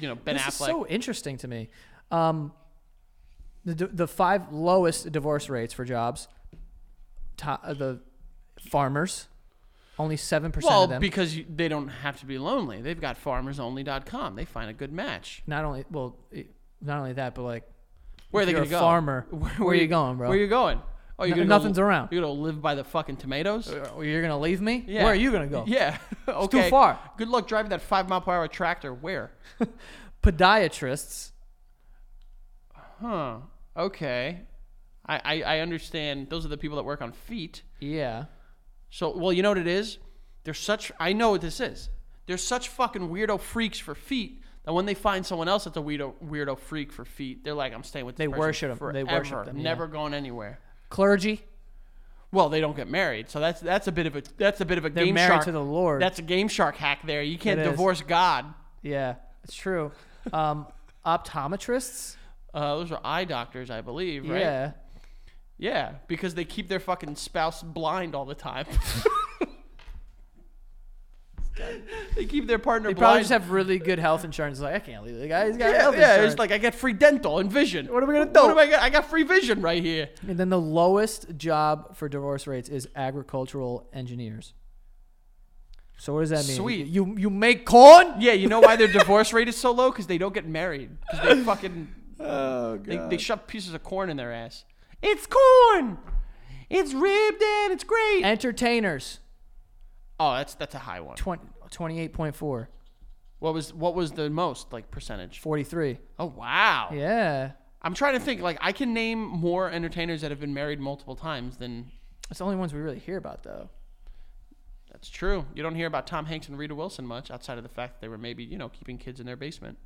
Speaker 2: you know, Ben
Speaker 1: this
Speaker 2: Affleck.
Speaker 1: is so interesting to me. Um, the the five lowest divorce rates for jobs. To, uh, the farmers, only seven percent
Speaker 2: well,
Speaker 1: of them.
Speaker 2: because you, they don't have to be lonely. They've got FarmersOnly.com. They find a good match.
Speaker 1: not only well, eh, not only that, but like if
Speaker 2: Where are they
Speaker 1: you're
Speaker 2: gonna
Speaker 1: a
Speaker 2: go? *laughs*
Speaker 1: farmer, where, are you going, bro?
Speaker 2: Where you going? Oh,
Speaker 1: No- nothing's around.
Speaker 2: You're gonna live by the fucking tomatoes.
Speaker 1: "Oh, You're, gonna leave me?
Speaker 2: Yeah.
Speaker 1: Where are you gonna go?
Speaker 2: *laughs* Yeah.
Speaker 1: too
Speaker 2: okay.
Speaker 1: far.
Speaker 2: Good luck driving that five mile per hour tractor. Where?
Speaker 1: *laughs* Podiatrists.
Speaker 2: Huh. Okay. I, I I understand. Those are the people that work on feet.
Speaker 1: Yeah.
Speaker 2: So, well, you know what it is? They're such. I know what this is. They're such fucking weirdo freaks for feet that when they find someone else that's a weirdo weirdo freak for feet, they're like, I'm staying with. This
Speaker 1: They
Speaker 2: person
Speaker 1: worship 'em. They worship
Speaker 2: forever.
Speaker 1: them, yeah.
Speaker 2: Never going anywhere.
Speaker 1: Clergy.
Speaker 2: Well, they don't get married, so that's that's a bit of a that's a bit of a
Speaker 1: They're
Speaker 2: game
Speaker 1: married
Speaker 2: shark.
Speaker 1: to the Lord.
Speaker 2: That's a game shark hack there. You can't
Speaker 1: It is.
Speaker 2: divorce God.
Speaker 1: yeah, it's true. Um, *laughs* optometrists.
Speaker 2: Uh, those are eye doctors, I believe, right?
Speaker 1: Yeah.
Speaker 2: Yeah, because they keep their fucking spouse blind all the time. *laughs* they keep their partner
Speaker 1: They probably
Speaker 2: blind.
Speaker 1: just have really good health insurance. Like I can't leave the guy. He's got
Speaker 2: yeah,
Speaker 1: health
Speaker 2: yeah.
Speaker 1: insurance.
Speaker 2: It's like I got free dental and vision.
Speaker 1: What are we gonna
Speaker 2: What
Speaker 1: do?
Speaker 2: am I got? I got free vision right here.
Speaker 1: and then the lowest job for divorce rates is agricultural engineers. So what does that mean?
Speaker 2: Sweet.
Speaker 1: You you make corn?
Speaker 2: Yeah, you know why their divorce rate is so low? Because they don't get married. 'Cause *laughs* they fucking
Speaker 1: Oh god.
Speaker 2: they, they shove pieces of corn in their ass. It's corn. It's ribbed and it's great.
Speaker 1: Entertainers.
Speaker 2: oh, that's that's a high one.
Speaker 1: 20, 28.4.
Speaker 2: What was what was the most like percentage?
Speaker 1: 43.
Speaker 2: Oh wow.
Speaker 1: Yeah.
Speaker 2: I'm trying to think. Like I can name more entertainers that have been married multiple times than
Speaker 1: It's the only ones we really hear about though.
Speaker 2: that's true. You don't hear about Tom Hanks and Rita Wilson much outside of the fact that they were maybe you know keeping kids in their basement.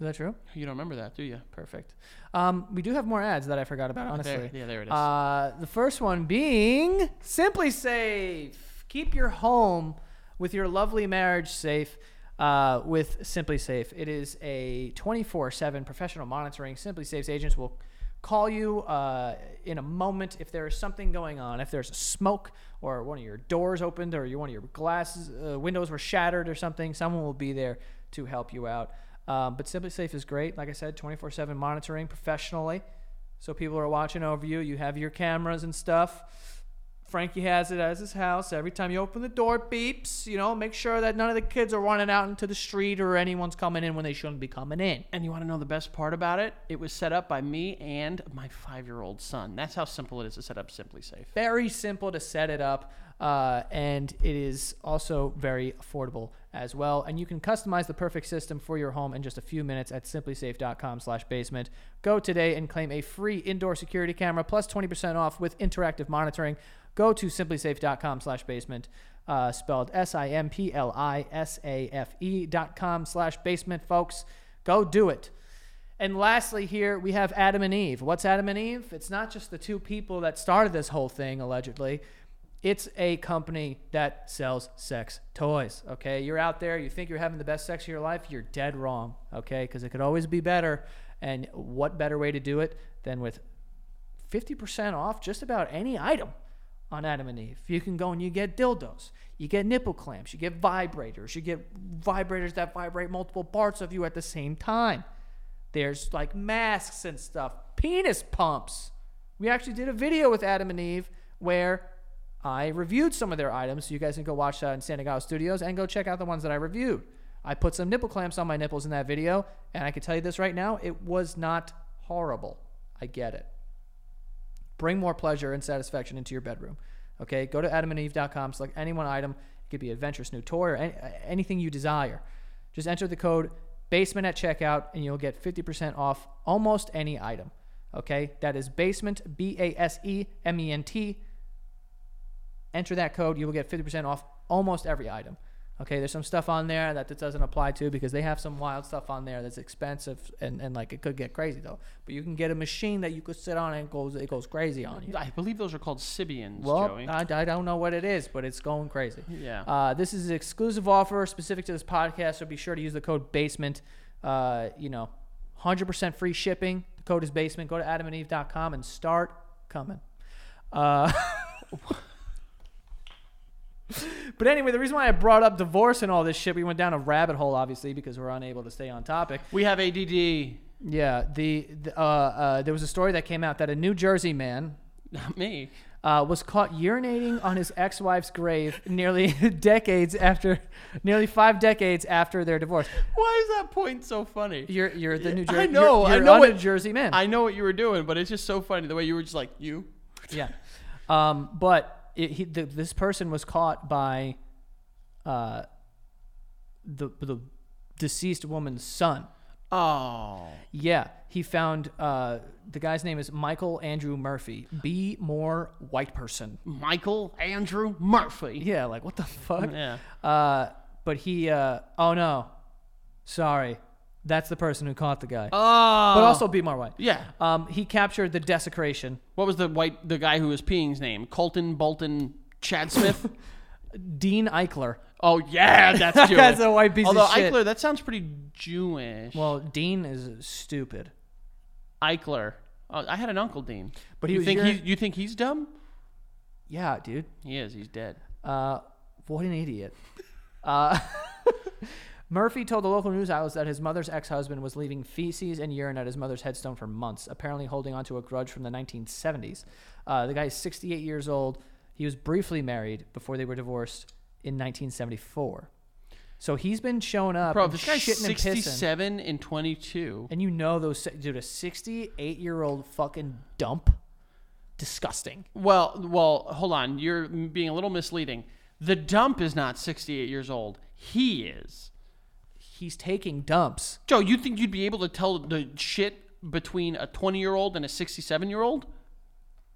Speaker 1: Is that true?
Speaker 2: You don't remember that, do you?
Speaker 1: Perfect. Um, we do have more ads that I forgot about, honestly.
Speaker 2: Oh, There, yeah, there it is.
Speaker 1: Uh, the first one being Simply Safe. Keep your home with your lovely marriage safe uh, with Simply Safe. It is a 24 7 professional monitoring. Simply Safe's agents will call you uh, in a moment if there is something going on, if there's smoke or one of your doors opened or your, one of your glasses, uh, windows were shattered or something, someone will be there to help you out. Um, but Simply Safe is great. Like I said, 24 7 monitoring professionally. So people are watching over you. You have your cameras and stuff. Frankie has it as his house. Every time you open the door, it beeps. You know, make sure that none of the kids are running out into the street or anyone's coming in when they shouldn't be coming in.
Speaker 2: And you want to know the best part about it? It was set up by me and my five year old son. That's how simple it is to set up Simply Safe.
Speaker 1: Very simple to set it up, uh, and it is also very affordable as well. And you can customize the perfect system for your home in just a few minutes at simplysafe.com/basement. Go today and claim a free indoor security camera plus 20% off with interactive monitoring. Go to simplysafe.com/basement, uh, spelled S-I-M-P-L-I-S-A-F-E E dot com slash basement, folks. Go do it. And lastly, here we have Adam and Eve. What's Adam and Eve? It's not just the two people that started this whole thing, allegedly. It's a company that sells sex toys. Okay. You're out there, you think you're having the best sex of your life, you're dead wrong. Okay. Because it could always be better. And what better way to do it than with 50% off just about any item on Adam and Eve. You can go and you get dildos, you get nipple clamps, you get vibrators, you get vibrators that vibrate multiple parts of you at the same time. There's like masks and stuff, penis pumps. We actually did a video with Adam and Eve where I reviewed some of their items. So you guys can go watch that in San Diego Studios and go check out the ones that I reviewed. I put some nipple clamps on my nipples in that video, and I can tell you this right now it was not horrible. I get it bring more pleasure and satisfaction into your bedroom. Okay, go to adamandeve.com, select any one item. It could be adventurous new toy or any, anything you desire. Just enter the code basement at checkout and you'll get 50% off almost any item. Okay, that is basement, B A S E M E N T. Enter that code, you will get 50% off almost every item. Okay, there's some stuff on there that it doesn't apply to because they have some wild stuff on there that's expensive and, and like it could get crazy though. But you can get a machine that you could sit on and it goes it goes crazy on you.
Speaker 2: I believe those are called Sibians,
Speaker 1: Well,
Speaker 2: Joey.
Speaker 1: I, I don't know what it is, but it's going crazy.
Speaker 2: Yeah.
Speaker 1: Uh, this is an exclusive offer specific to this podcast, so be sure to use the code BASEMENT. Uh, you know, 100% free shipping. The code is BASEMENT. Go to adamandeve.com and start coming. Uh, *laughs* but anyway, the reason why I brought up divorce and all this shit, we went down a rabbit hole, obviously, because we're unable to stay on topic.
Speaker 2: we have ADD.
Speaker 1: Yeah, the, the uh, uh, there was a story that came out that a New Jersey man
Speaker 2: Not me.
Speaker 1: uh, was caught urinating on his ex-wife's grave nearly *laughs* decades after, nearly five decades after their divorce.
Speaker 2: Why is that point so funny?
Speaker 1: You're you're the New
Speaker 2: I
Speaker 1: Jersey.
Speaker 2: know,
Speaker 1: You're,
Speaker 2: I
Speaker 1: you're
Speaker 2: know
Speaker 1: a
Speaker 2: it-
Speaker 1: New Jersey man.
Speaker 2: I know what you were doing, but it's just so funny the way you were just like, you.
Speaker 1: yeah. Um, but it, he, the, this person was caught by uh, the the deceased woman's son.
Speaker 2: Oh.
Speaker 1: Yeah, he found uh, the guy's name is Michael Andrew Murphy. Be more white person.
Speaker 2: Michael Andrew Murphy.
Speaker 1: Yeah, like what the fuck?
Speaker 2: Yeah.
Speaker 1: Uh, but he, uh, oh no, sorry, that's the person who caught the guy.
Speaker 2: Oh.
Speaker 1: but also be more white.
Speaker 2: yeah.
Speaker 1: Um, he captured the desecration.
Speaker 2: What was the white, the guy who was peeing's name? Colton Bolton Chad *laughs* Smith?
Speaker 1: Dean Eichler.
Speaker 2: oh, yeah, that's
Speaker 1: *laughs*
Speaker 2: Jewish.
Speaker 1: That's a white piece of
Speaker 2: Although
Speaker 1: shit.
Speaker 2: Eichler, that sounds pretty Jewish.
Speaker 1: Well, Dean is stupid.
Speaker 2: Eichler. Oh, I had an uncle Dean.
Speaker 1: But
Speaker 2: But
Speaker 1: he
Speaker 2: you
Speaker 1: was
Speaker 2: think
Speaker 1: your-
Speaker 2: he's, you think he's dumb?
Speaker 1: Yeah, dude.
Speaker 2: He is. He's dead.
Speaker 1: Uh, what an idiot. Uh, *laughs* Murphy told the local news outlets that his mother's ex husband was leaving feces and urine at his mother's headstone for months, apparently holding onto a grudge from the 1970s. Uh, the guy is 68 years old. He was briefly married before they were divorced in 1974. So he's been showing up,
Speaker 2: Bro,
Speaker 1: and
Speaker 2: this guy's
Speaker 1: shitting and pissing,
Speaker 2: 67 and 22.
Speaker 1: and you know those se- dude, a 68 year old fucking dump, disgusting.
Speaker 2: Well, well, hold on. You're being a little misleading. The dump is not 68 years old. He is.
Speaker 1: He's taking dumps.
Speaker 2: Joe, you think you'd be able to tell the shit between a 20 year old and a 67 year old?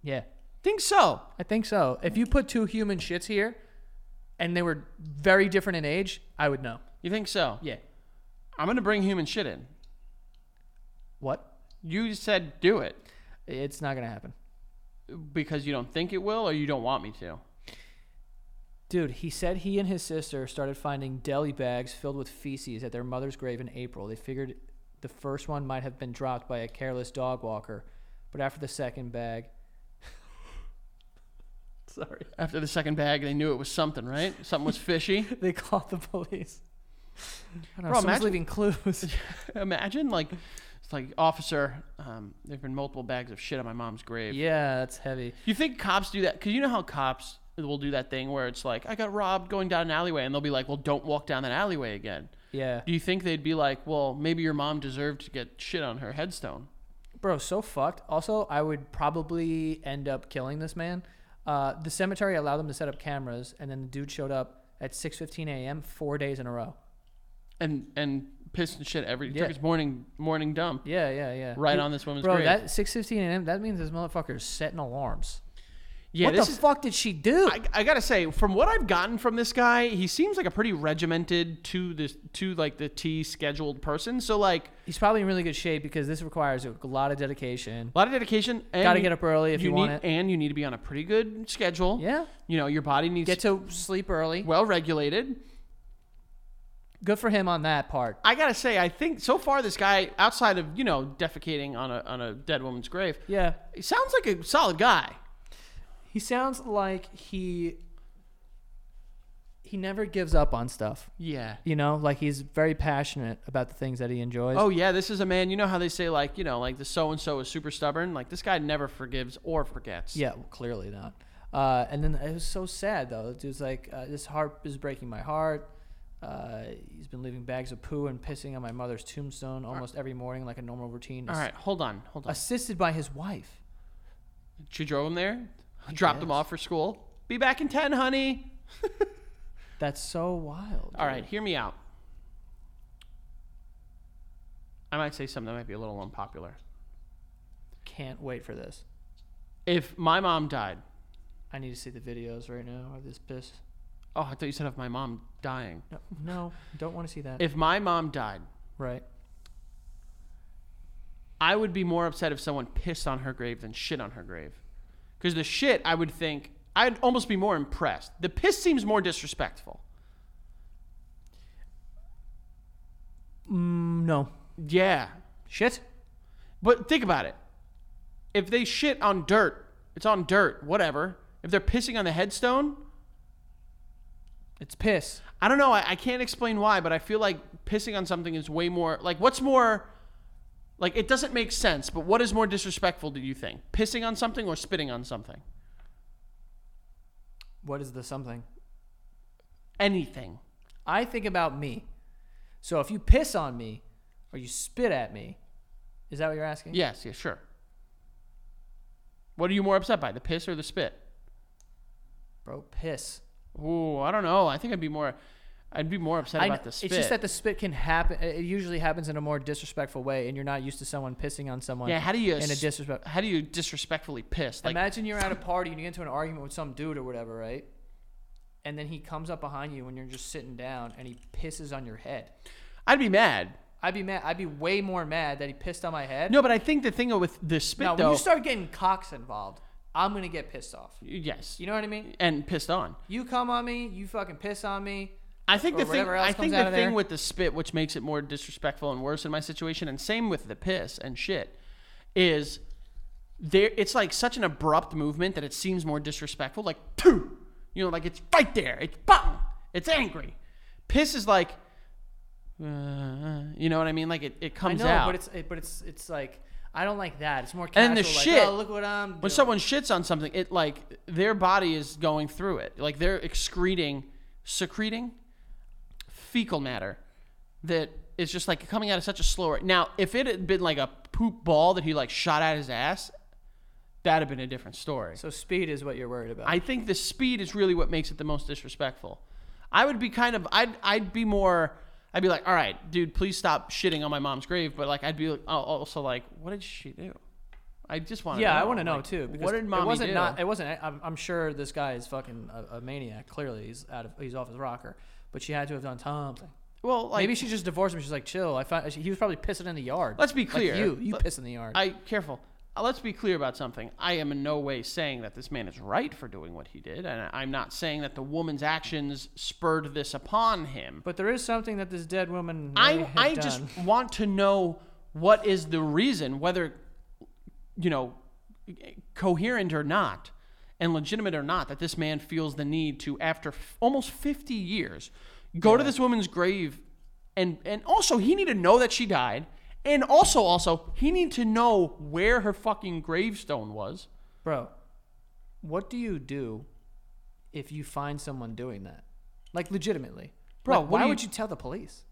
Speaker 1: Yeah,
Speaker 2: Think so.
Speaker 1: I think so. If you put two human shits here, and they were very different in age, I would know.
Speaker 2: You think so?
Speaker 1: Yeah.
Speaker 2: I'm going to bring human shit in.
Speaker 1: What?
Speaker 2: You said do it
Speaker 1: It's not gonna happen.
Speaker 2: because you don't think it will or you don't want me to.
Speaker 1: Dude, he said he and his sister started finding deli bags filled with feces at their mother's grave in April. They figured the first one might have been dropped by a careless dog walker, but after the second bag. *laughs* Sorry.
Speaker 2: After the second bag, they knew it was something, right? Something
Speaker 1: *laughs*
Speaker 2: was fishy.
Speaker 1: *laughs*
Speaker 2: *laughs*
Speaker 1: They called the police. I don't know,
Speaker 2: Bro,
Speaker 1: someone's
Speaker 2: imagine-
Speaker 1: leaving clues.
Speaker 2: Imagine, like, it's like, officer, um, there have been multiple bags of shit on my mom's
Speaker 1: *laughs*
Speaker 2: grave.
Speaker 1: yeah, that's heavy.
Speaker 2: You think cops do that? Because you know how cops will do that thing where it's like, I got robbed going down an alleyway, and they'll be like, well, don't walk down that alleyway again.
Speaker 1: Yeah.
Speaker 2: Do you think they'd be like, well, maybe your mom deserved to get shit on her headstone?
Speaker 1: Bro, so fucked. Also, I would probably end up killing this man. Uh, the cemetery allowed them to set up cameras, and then the dude showed up at 6.15 a.m. four days in a row.
Speaker 2: And and pissed and shit every
Speaker 1: Yeah.
Speaker 2: took his morning morning dump
Speaker 1: Yeah, yeah, yeah.
Speaker 2: right
Speaker 1: Dude,
Speaker 2: on this woman's
Speaker 1: Bro,
Speaker 2: grave.
Speaker 1: that 6:15 a.m. That means this motherfucker's setting alarms.
Speaker 2: yeah,
Speaker 1: what the
Speaker 2: this is,
Speaker 1: fuck did she do?
Speaker 2: I, I gotta say, from what I've gotten from this guy, he seems like a pretty regimented to this to like the T scheduled person. So like
Speaker 1: He's probably in really good shape because this requires a lot of dedication.
Speaker 2: a lot of dedication. And
Speaker 1: Gotta
Speaker 2: you-
Speaker 1: get up early if you
Speaker 2: need,
Speaker 1: want it.
Speaker 2: and you need to be on a pretty good schedule.
Speaker 1: Yeah,
Speaker 2: you know your body needs
Speaker 1: get
Speaker 2: to
Speaker 1: to sleep early.
Speaker 2: well regulated.
Speaker 1: Good for him on that part.
Speaker 2: I gotta say, I think so far this guy, outside of you know defecating on a on a dead woman's grave,
Speaker 1: Yeah,
Speaker 2: he sounds like a solid guy.
Speaker 1: he sounds like he he never gives up on stuff.
Speaker 2: Yeah.
Speaker 1: You know, like he's very passionate about the things that he enjoys.
Speaker 2: Oh yeah, this is a man. You know how they say like you know like the so and so is super stubborn. Like this guy never forgives or forgets.
Speaker 1: Yeah, well, clearly not. Uh, and then it was so sad though. It was like uh, this heart is breaking my heart. Uh, he's been leaving bags of poo and pissing on my mother's tombstone almost every morning, like a normal routine.
Speaker 2: All right, hold on, hold on.
Speaker 1: Assisted by his wife.
Speaker 2: She drove him there, dropped him off for school. Be back in ten, honey.
Speaker 1: That's so wild.
Speaker 2: All right, hear me out. I might say something that might be a little unpopular.
Speaker 1: Can't wait for this.
Speaker 2: If my mom died,
Speaker 1: I need to see the videos right now of this piss.
Speaker 2: oh, I thought you said of my mom dying.
Speaker 1: No, no don't want to see that.
Speaker 2: If my mom died,
Speaker 1: right.
Speaker 2: I would be more upset if someone pissed on her grave than shit on her grave. Because the shit, I would think, I'd almost be more impressed. The piss seems more disrespectful.
Speaker 1: Mm, no.
Speaker 2: Yeah.
Speaker 1: Shit.
Speaker 2: But think about it. If they shit on dirt, it's on dirt, whatever. If they're pissing on the headstone,
Speaker 1: It's piss.
Speaker 2: I don't know. I, I can't explain why, but I feel like pissing on something is way more. Like, what's more. Like, it doesn't make sense, but what is more disrespectful, do you think? Pissing on something or spitting on something?
Speaker 1: What is the something?
Speaker 2: Anything.
Speaker 1: I think about me. So if you piss on me or you spit at me, is that what you're asking?
Speaker 2: Yes, yeah, sure. What are you more upset by, the piss or the spit?
Speaker 1: Bro, piss.
Speaker 2: Ooh, I don't know. I think I'd be more, I'd be more upset
Speaker 1: I
Speaker 2: about
Speaker 1: kn-
Speaker 2: the spit.
Speaker 1: It's just that the spit can happen. It usually happens in a more disrespectful way, and you're not used to someone pissing on someone.
Speaker 2: yeah. How do you
Speaker 1: in a
Speaker 2: s-
Speaker 1: disrespect?
Speaker 2: How do you disrespectfully piss? Like,
Speaker 1: Imagine you're at a party and you get into an argument with some dude or whatever, right? And then he comes up behind you when you're just sitting down, and he pisses on your head.
Speaker 2: I'd be mad.
Speaker 1: I'd be mad. I'd be way more mad that he pissed on my head.
Speaker 2: No, but I think the thing with the spit
Speaker 1: now when
Speaker 2: though,
Speaker 1: you start getting cocks involved, I'm gonna get pissed off.
Speaker 2: yes,
Speaker 1: You know what I mean?
Speaker 2: and pissed on.
Speaker 1: You come on me, you fucking piss on me.
Speaker 2: I think
Speaker 1: Or
Speaker 2: the thing.
Speaker 1: whatever else
Speaker 2: I
Speaker 1: comes
Speaker 2: think
Speaker 1: out
Speaker 2: the
Speaker 1: of
Speaker 2: thing
Speaker 1: there.
Speaker 2: with the spit, which makes it more disrespectful and worse in my situation, and same with the piss and shit, is there. It's like such an abrupt movement that it seems more disrespectful. Like two, you know, like it's right there. It's button. It's angry. Piss is like, uh, you know what I mean? Like it, it
Speaker 1: I
Speaker 2: comes
Speaker 1: know,
Speaker 2: out.
Speaker 1: but it's it, but it's it's like I don't like that. It's more casual.
Speaker 2: then the
Speaker 1: like,
Speaker 2: shit-
Speaker 1: Oh, look what I'm.
Speaker 2: when
Speaker 1: doing."
Speaker 2: someone shits on something, it like their body is going through it. Like they're excreting, secreting fecal matter that is just like coming out of such a slow rate. Now, if it had been like a poop ball that he like shot at his ass, that'd have been a different story.
Speaker 1: So speed is what you're worried about.
Speaker 2: I think the speed is really what makes it the most disrespectful. I would be kind of I'd I'd be more I'd be like, all right, dude, please stop shitting on my mom's grave. But like, I'd be al- also like, what did she do? I just want to
Speaker 1: yeah,
Speaker 2: know.
Speaker 1: I want to know
Speaker 2: Like,
Speaker 1: too. Because
Speaker 2: What did mommy
Speaker 1: it wasn't
Speaker 2: do?
Speaker 1: Not, it wasn't. I'm, I'm sure this guy is fucking a, a maniac. Clearly, he's out of he's off his rocker. But she had to have done something.
Speaker 2: well, like,
Speaker 1: Maybe she just divorced him. She's like, chill. I found he was probably pissing in the yard.
Speaker 2: Let's be
Speaker 1: Like
Speaker 2: clear.
Speaker 1: you you
Speaker 2: Let-
Speaker 1: piss in the yard.
Speaker 2: I careful. Uh, Let's be clear about something. I am in no way saying that this man is right for doing what he did, and I- I'm not saying that the woman's actions spurred this upon him.
Speaker 1: but there is something that this dead woman. may
Speaker 2: I
Speaker 1: have
Speaker 2: I
Speaker 1: done.
Speaker 2: just want to know what is the reason, whether you know coherent or not, and legitimate or not, that this man feels the need to, after f- almost 50 years, go to this woman's grave, and and also he need to know that she died, and also also he need to know where her fucking gravestone was.
Speaker 1: Bro, what do you do if you find someone doing that? Like legitimately.
Speaker 2: Bro,
Speaker 1: Like,
Speaker 2: what
Speaker 1: why
Speaker 2: do you-
Speaker 1: would you tell the police?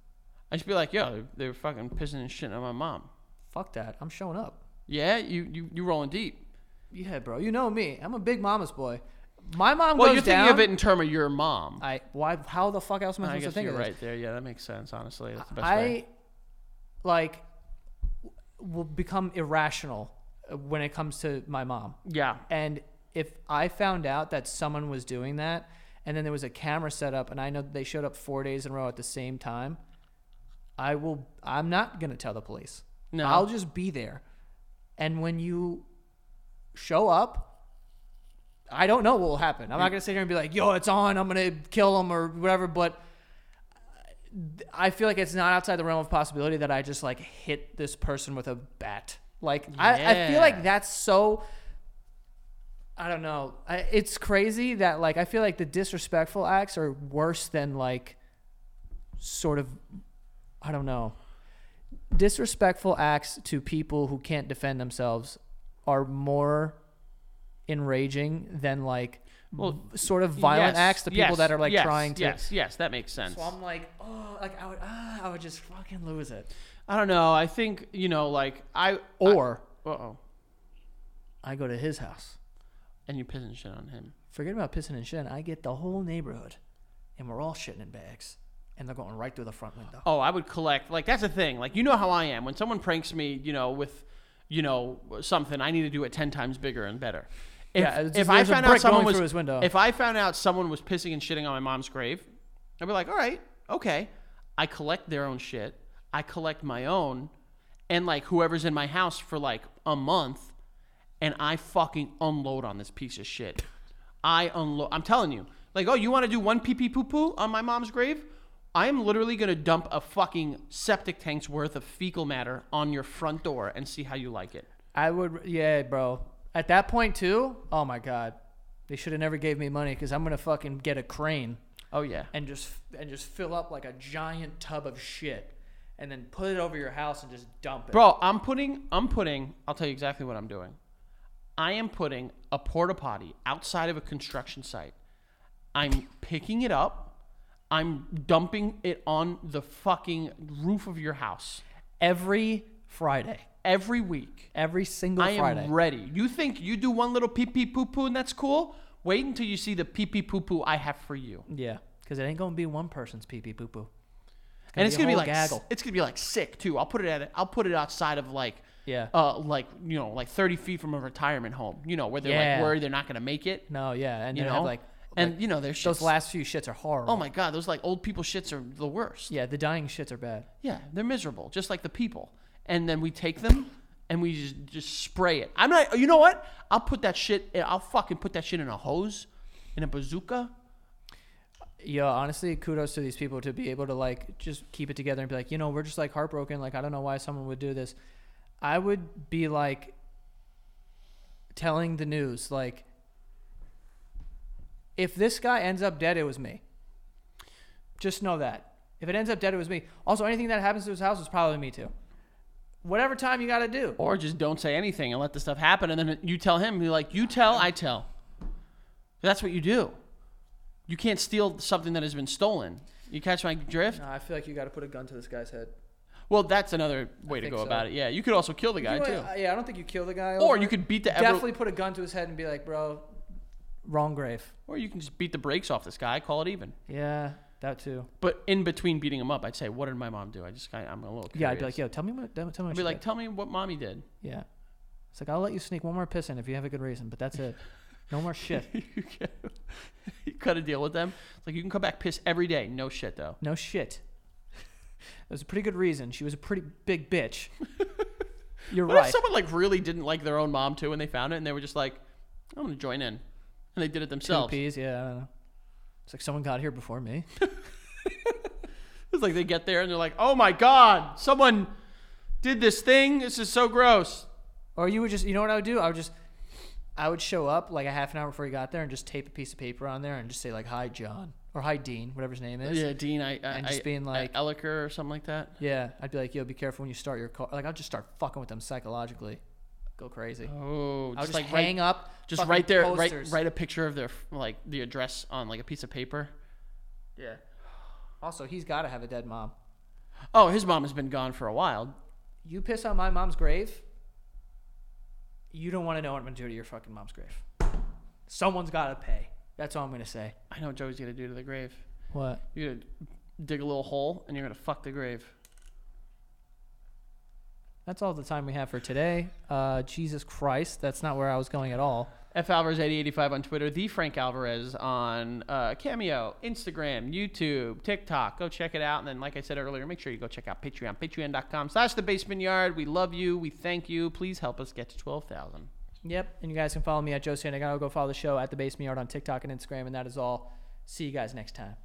Speaker 2: I should be like, yo, they were fucking pissing and shitting on my mom.
Speaker 1: Fuck that. I'm showing up.
Speaker 2: Yeah, you you you rolling deep.
Speaker 1: Yeah, bro. You know me. I'm a big mama's boy. My mom
Speaker 2: Well,
Speaker 1: goes
Speaker 2: you're
Speaker 1: down.
Speaker 2: thinking of it in term of your mom.
Speaker 1: I why how the fuck else am I
Speaker 2: I
Speaker 1: supposed to
Speaker 2: guess
Speaker 1: think
Speaker 2: you're
Speaker 1: of this?
Speaker 2: right there. Yeah, that makes sense. Honestly, that's the best
Speaker 1: I
Speaker 2: way.
Speaker 1: like w- will become irrational uh, when it comes to my mom.
Speaker 2: Yeah,
Speaker 1: And if I found out that someone was doing that, and then there was a camera set up, and I know that they showed up four days in a row at the same time, I will. I'm not gonna tell the police.
Speaker 2: No.
Speaker 1: I'll just be there. And when you show up, I don't know what will happen. I'm not gonna sit here and be like, "Yo, it's on. I'm gonna kill him or whatever." But uh, I feel like it's not outside the realm of possibility that I just like hit this person with a bat. Like I, I feel
Speaker 2: Yeah.
Speaker 1: like that's so. I don't know. I, it's crazy that like I feel like the disrespectful acts are worse than like sort of I don't know. Disrespectful acts to people who can't defend themselves are more enraging than like
Speaker 2: Well,
Speaker 1: sort of violent
Speaker 2: Yes,
Speaker 1: acts to people
Speaker 2: yes,
Speaker 1: that are like
Speaker 2: yes,
Speaker 1: trying to
Speaker 2: Yes, yes, that makes sense.
Speaker 1: so I'm like, oh, like I would, ah, I would just fucking lose it.
Speaker 2: I don't know. I think you know, like I
Speaker 1: Or
Speaker 2: uh oh,
Speaker 1: I, go to his house.
Speaker 2: and you pissing shit on him.
Speaker 1: Forget about pissing and shitting. I get the whole neighborhood, and we're all shitting in bags, and they're going right through the front window.
Speaker 2: Oh, I would collect. Like that's the thing. Like you know how I am. When someone pranks me, you know, with you know something, I need to do it ten times bigger and better. If,
Speaker 1: Yeah, it's-
Speaker 2: if I
Speaker 1: there's a
Speaker 2: found
Speaker 1: brick
Speaker 2: out someone
Speaker 1: going
Speaker 2: was
Speaker 1: through his window.
Speaker 2: if I found out someone was pissing and shitting on my mom's grave, I'd be like, all right, okay. I collect their own shit. I collect my own, and like whoever's in my house for like a month, and I fucking unload on this piece of shit. I unload. I'm telling you, like, oh, you want to do one pee pee poo poo on my mom's grave? I am literally gonna dump a fucking septic tank's worth of fecal matter on your front door and see how you like it.
Speaker 1: I would, yeah, bro. At that point too, oh my god, they should have never gave me money because I'm gonna fucking get a crane
Speaker 2: Oh yeah.
Speaker 1: and just and just fill up like a giant tub of shit, and then put it over your house and just dump it.
Speaker 2: Bro, I'm putting I'm putting I'll tell you exactly what I'm doing. I am putting a porta potty outside of a construction site. I'm picking it up. I'm dumping it on the fucking roof of your house
Speaker 1: every Friday,
Speaker 2: every week.
Speaker 1: every single
Speaker 2: I am
Speaker 1: Friday.
Speaker 2: ready. You think you do one little pee pee poo poo and that's cool? Wait until you see the pee pee poo poo I have for you.
Speaker 1: yeah, because it ain't gonna be one person's pee pee poo poo.
Speaker 2: and it's gonna be
Speaker 1: a
Speaker 2: like
Speaker 1: whole gaggle.
Speaker 2: s- it's gonna be like sick too. I'll put it at I'll put it outside of like
Speaker 1: Yeah.
Speaker 2: *laughs* uh like you know like thirty feet from a retirement home. You know where they're
Speaker 1: Yeah.
Speaker 2: like worried they're not gonna make it.
Speaker 1: No, yeah, and
Speaker 2: You
Speaker 1: then
Speaker 2: know
Speaker 1: have like
Speaker 2: and
Speaker 1: like,
Speaker 2: you know their shits.
Speaker 1: those last few shits are horrible.
Speaker 2: oh my god, those like old people shits are the worst. Yeah.
Speaker 1: Yeah, the dying shits are bad.
Speaker 2: they're miserable, just like the people. And then we take them and we just just spray it. I'm not. You know what? I'll put that shit. I'll fucking put that shit in a hose, in a bazooka.
Speaker 1: Yeah, honestly, kudos to these people to be able to like just keep it together and be like, you know, we're just like heartbroken. Like I don't know why someone would do this. I would be like telling the news like, if this guy ends up dead, it was me. Just know that. If it ends up dead, it was me. Also, anything that happens to his house is probably me too. whatever time you got to do.
Speaker 2: Or just don't say anything and let the stuff happen. And then you tell him, you're like, you tell, I tell. That's what you do. You can't steal something that has been stolen. You catch my drift?
Speaker 1: No, I feel like you got to put a gun to this guy's head.
Speaker 2: Well, that's another way to
Speaker 1: think
Speaker 2: go
Speaker 1: so.
Speaker 2: about it. Yeah, you could also kill the guy,
Speaker 1: You know,
Speaker 2: too.
Speaker 1: uh, yeah, I don't think you kill the guy.
Speaker 2: or
Speaker 1: over
Speaker 2: you
Speaker 1: it.
Speaker 2: could beat the ever-
Speaker 1: definitely put a gun to his head and be like, bro, wrong grave.
Speaker 2: or you can just beat the brakes off this guy, call it even.
Speaker 1: Yeah, that too.
Speaker 2: But in between beating him up, I'd say, "What did my mom do?" I just kind of, I'm a little. Curious.
Speaker 1: Yeah, I'd be like, yo, tell me what. Tell me what
Speaker 2: I'd
Speaker 1: she
Speaker 2: be like,
Speaker 1: did."
Speaker 2: "Tell me what mommy did." *laughs*
Speaker 1: yeah. It's like I'll let you sneak one more piss in if you have a good reason, but that's it. No more shit.
Speaker 2: *laughs* you cut a deal with them. It's like you can come back piss every day. No shit though.
Speaker 1: No shit. *laughs* It was a pretty good reason. She was a pretty big *laughs* bitch. You're
Speaker 2: What if
Speaker 1: right.
Speaker 2: someone like really didn't like their own mom too, and they found it, and they were just like, "I'm gonna join in," and they did it
Speaker 1: Two
Speaker 2: themselves.
Speaker 1: peas, yeah. I don't know. It's like someone got here before me.
Speaker 2: It's like they get there and they're like, "Oh my god, someone did this thing. This is so gross."
Speaker 1: Or you would just, you know what I would do? I would just, I would show up like a half an hour before he got there and just tape a piece of paper on there and just say like, "Hi, John," or "Hi, Dean," whatever his name is.
Speaker 2: Yeah, Dean, I, I
Speaker 1: And just
Speaker 2: I-
Speaker 1: being like-
Speaker 2: I- Elliker or something like that.
Speaker 1: Yeah, I'd be like, "Yo, be careful when you start your car." Like, I'll just start fucking with them psychologically, go crazy.
Speaker 2: Oh,
Speaker 1: I'll
Speaker 2: just,
Speaker 1: just
Speaker 2: like right
Speaker 1: hang up,
Speaker 2: just
Speaker 1: fucking
Speaker 2: right there
Speaker 1: posters.
Speaker 2: write write a picture of their like the address on like a piece of paper yeah
Speaker 1: Also, he's got to have a dead mom.
Speaker 2: oh his mom has been gone for a while
Speaker 1: You piss on my mom's grave. You don't want to know what I'm gonna do to your fucking mom's grave. Someone's got to pay. That's all I'm gonna say.
Speaker 2: i know what joey's gonna do to the grave
Speaker 1: What?
Speaker 2: you're gonna dig a little hole and you're gonna fuck the grave
Speaker 1: That's all the time we have for today. Uh, Jesus Christ, that's not where I was going at all.
Speaker 2: F Alvarez eighty eighty five on Twitter, the Frank Alvarez on uh, Cameo, Instagram, YouTube, TikTok. Go check it out. And then, like I said earlier, make sure you go check out Patreon, patreon.com slash the basement yard. We love you. We thank you. Please help us get to twelve thousand.
Speaker 1: Yep. And you guys can follow me at Joe Santagato. Go follow the show at the Base Me Yard on TikTok and Instagram. And that is all. See you guys next time.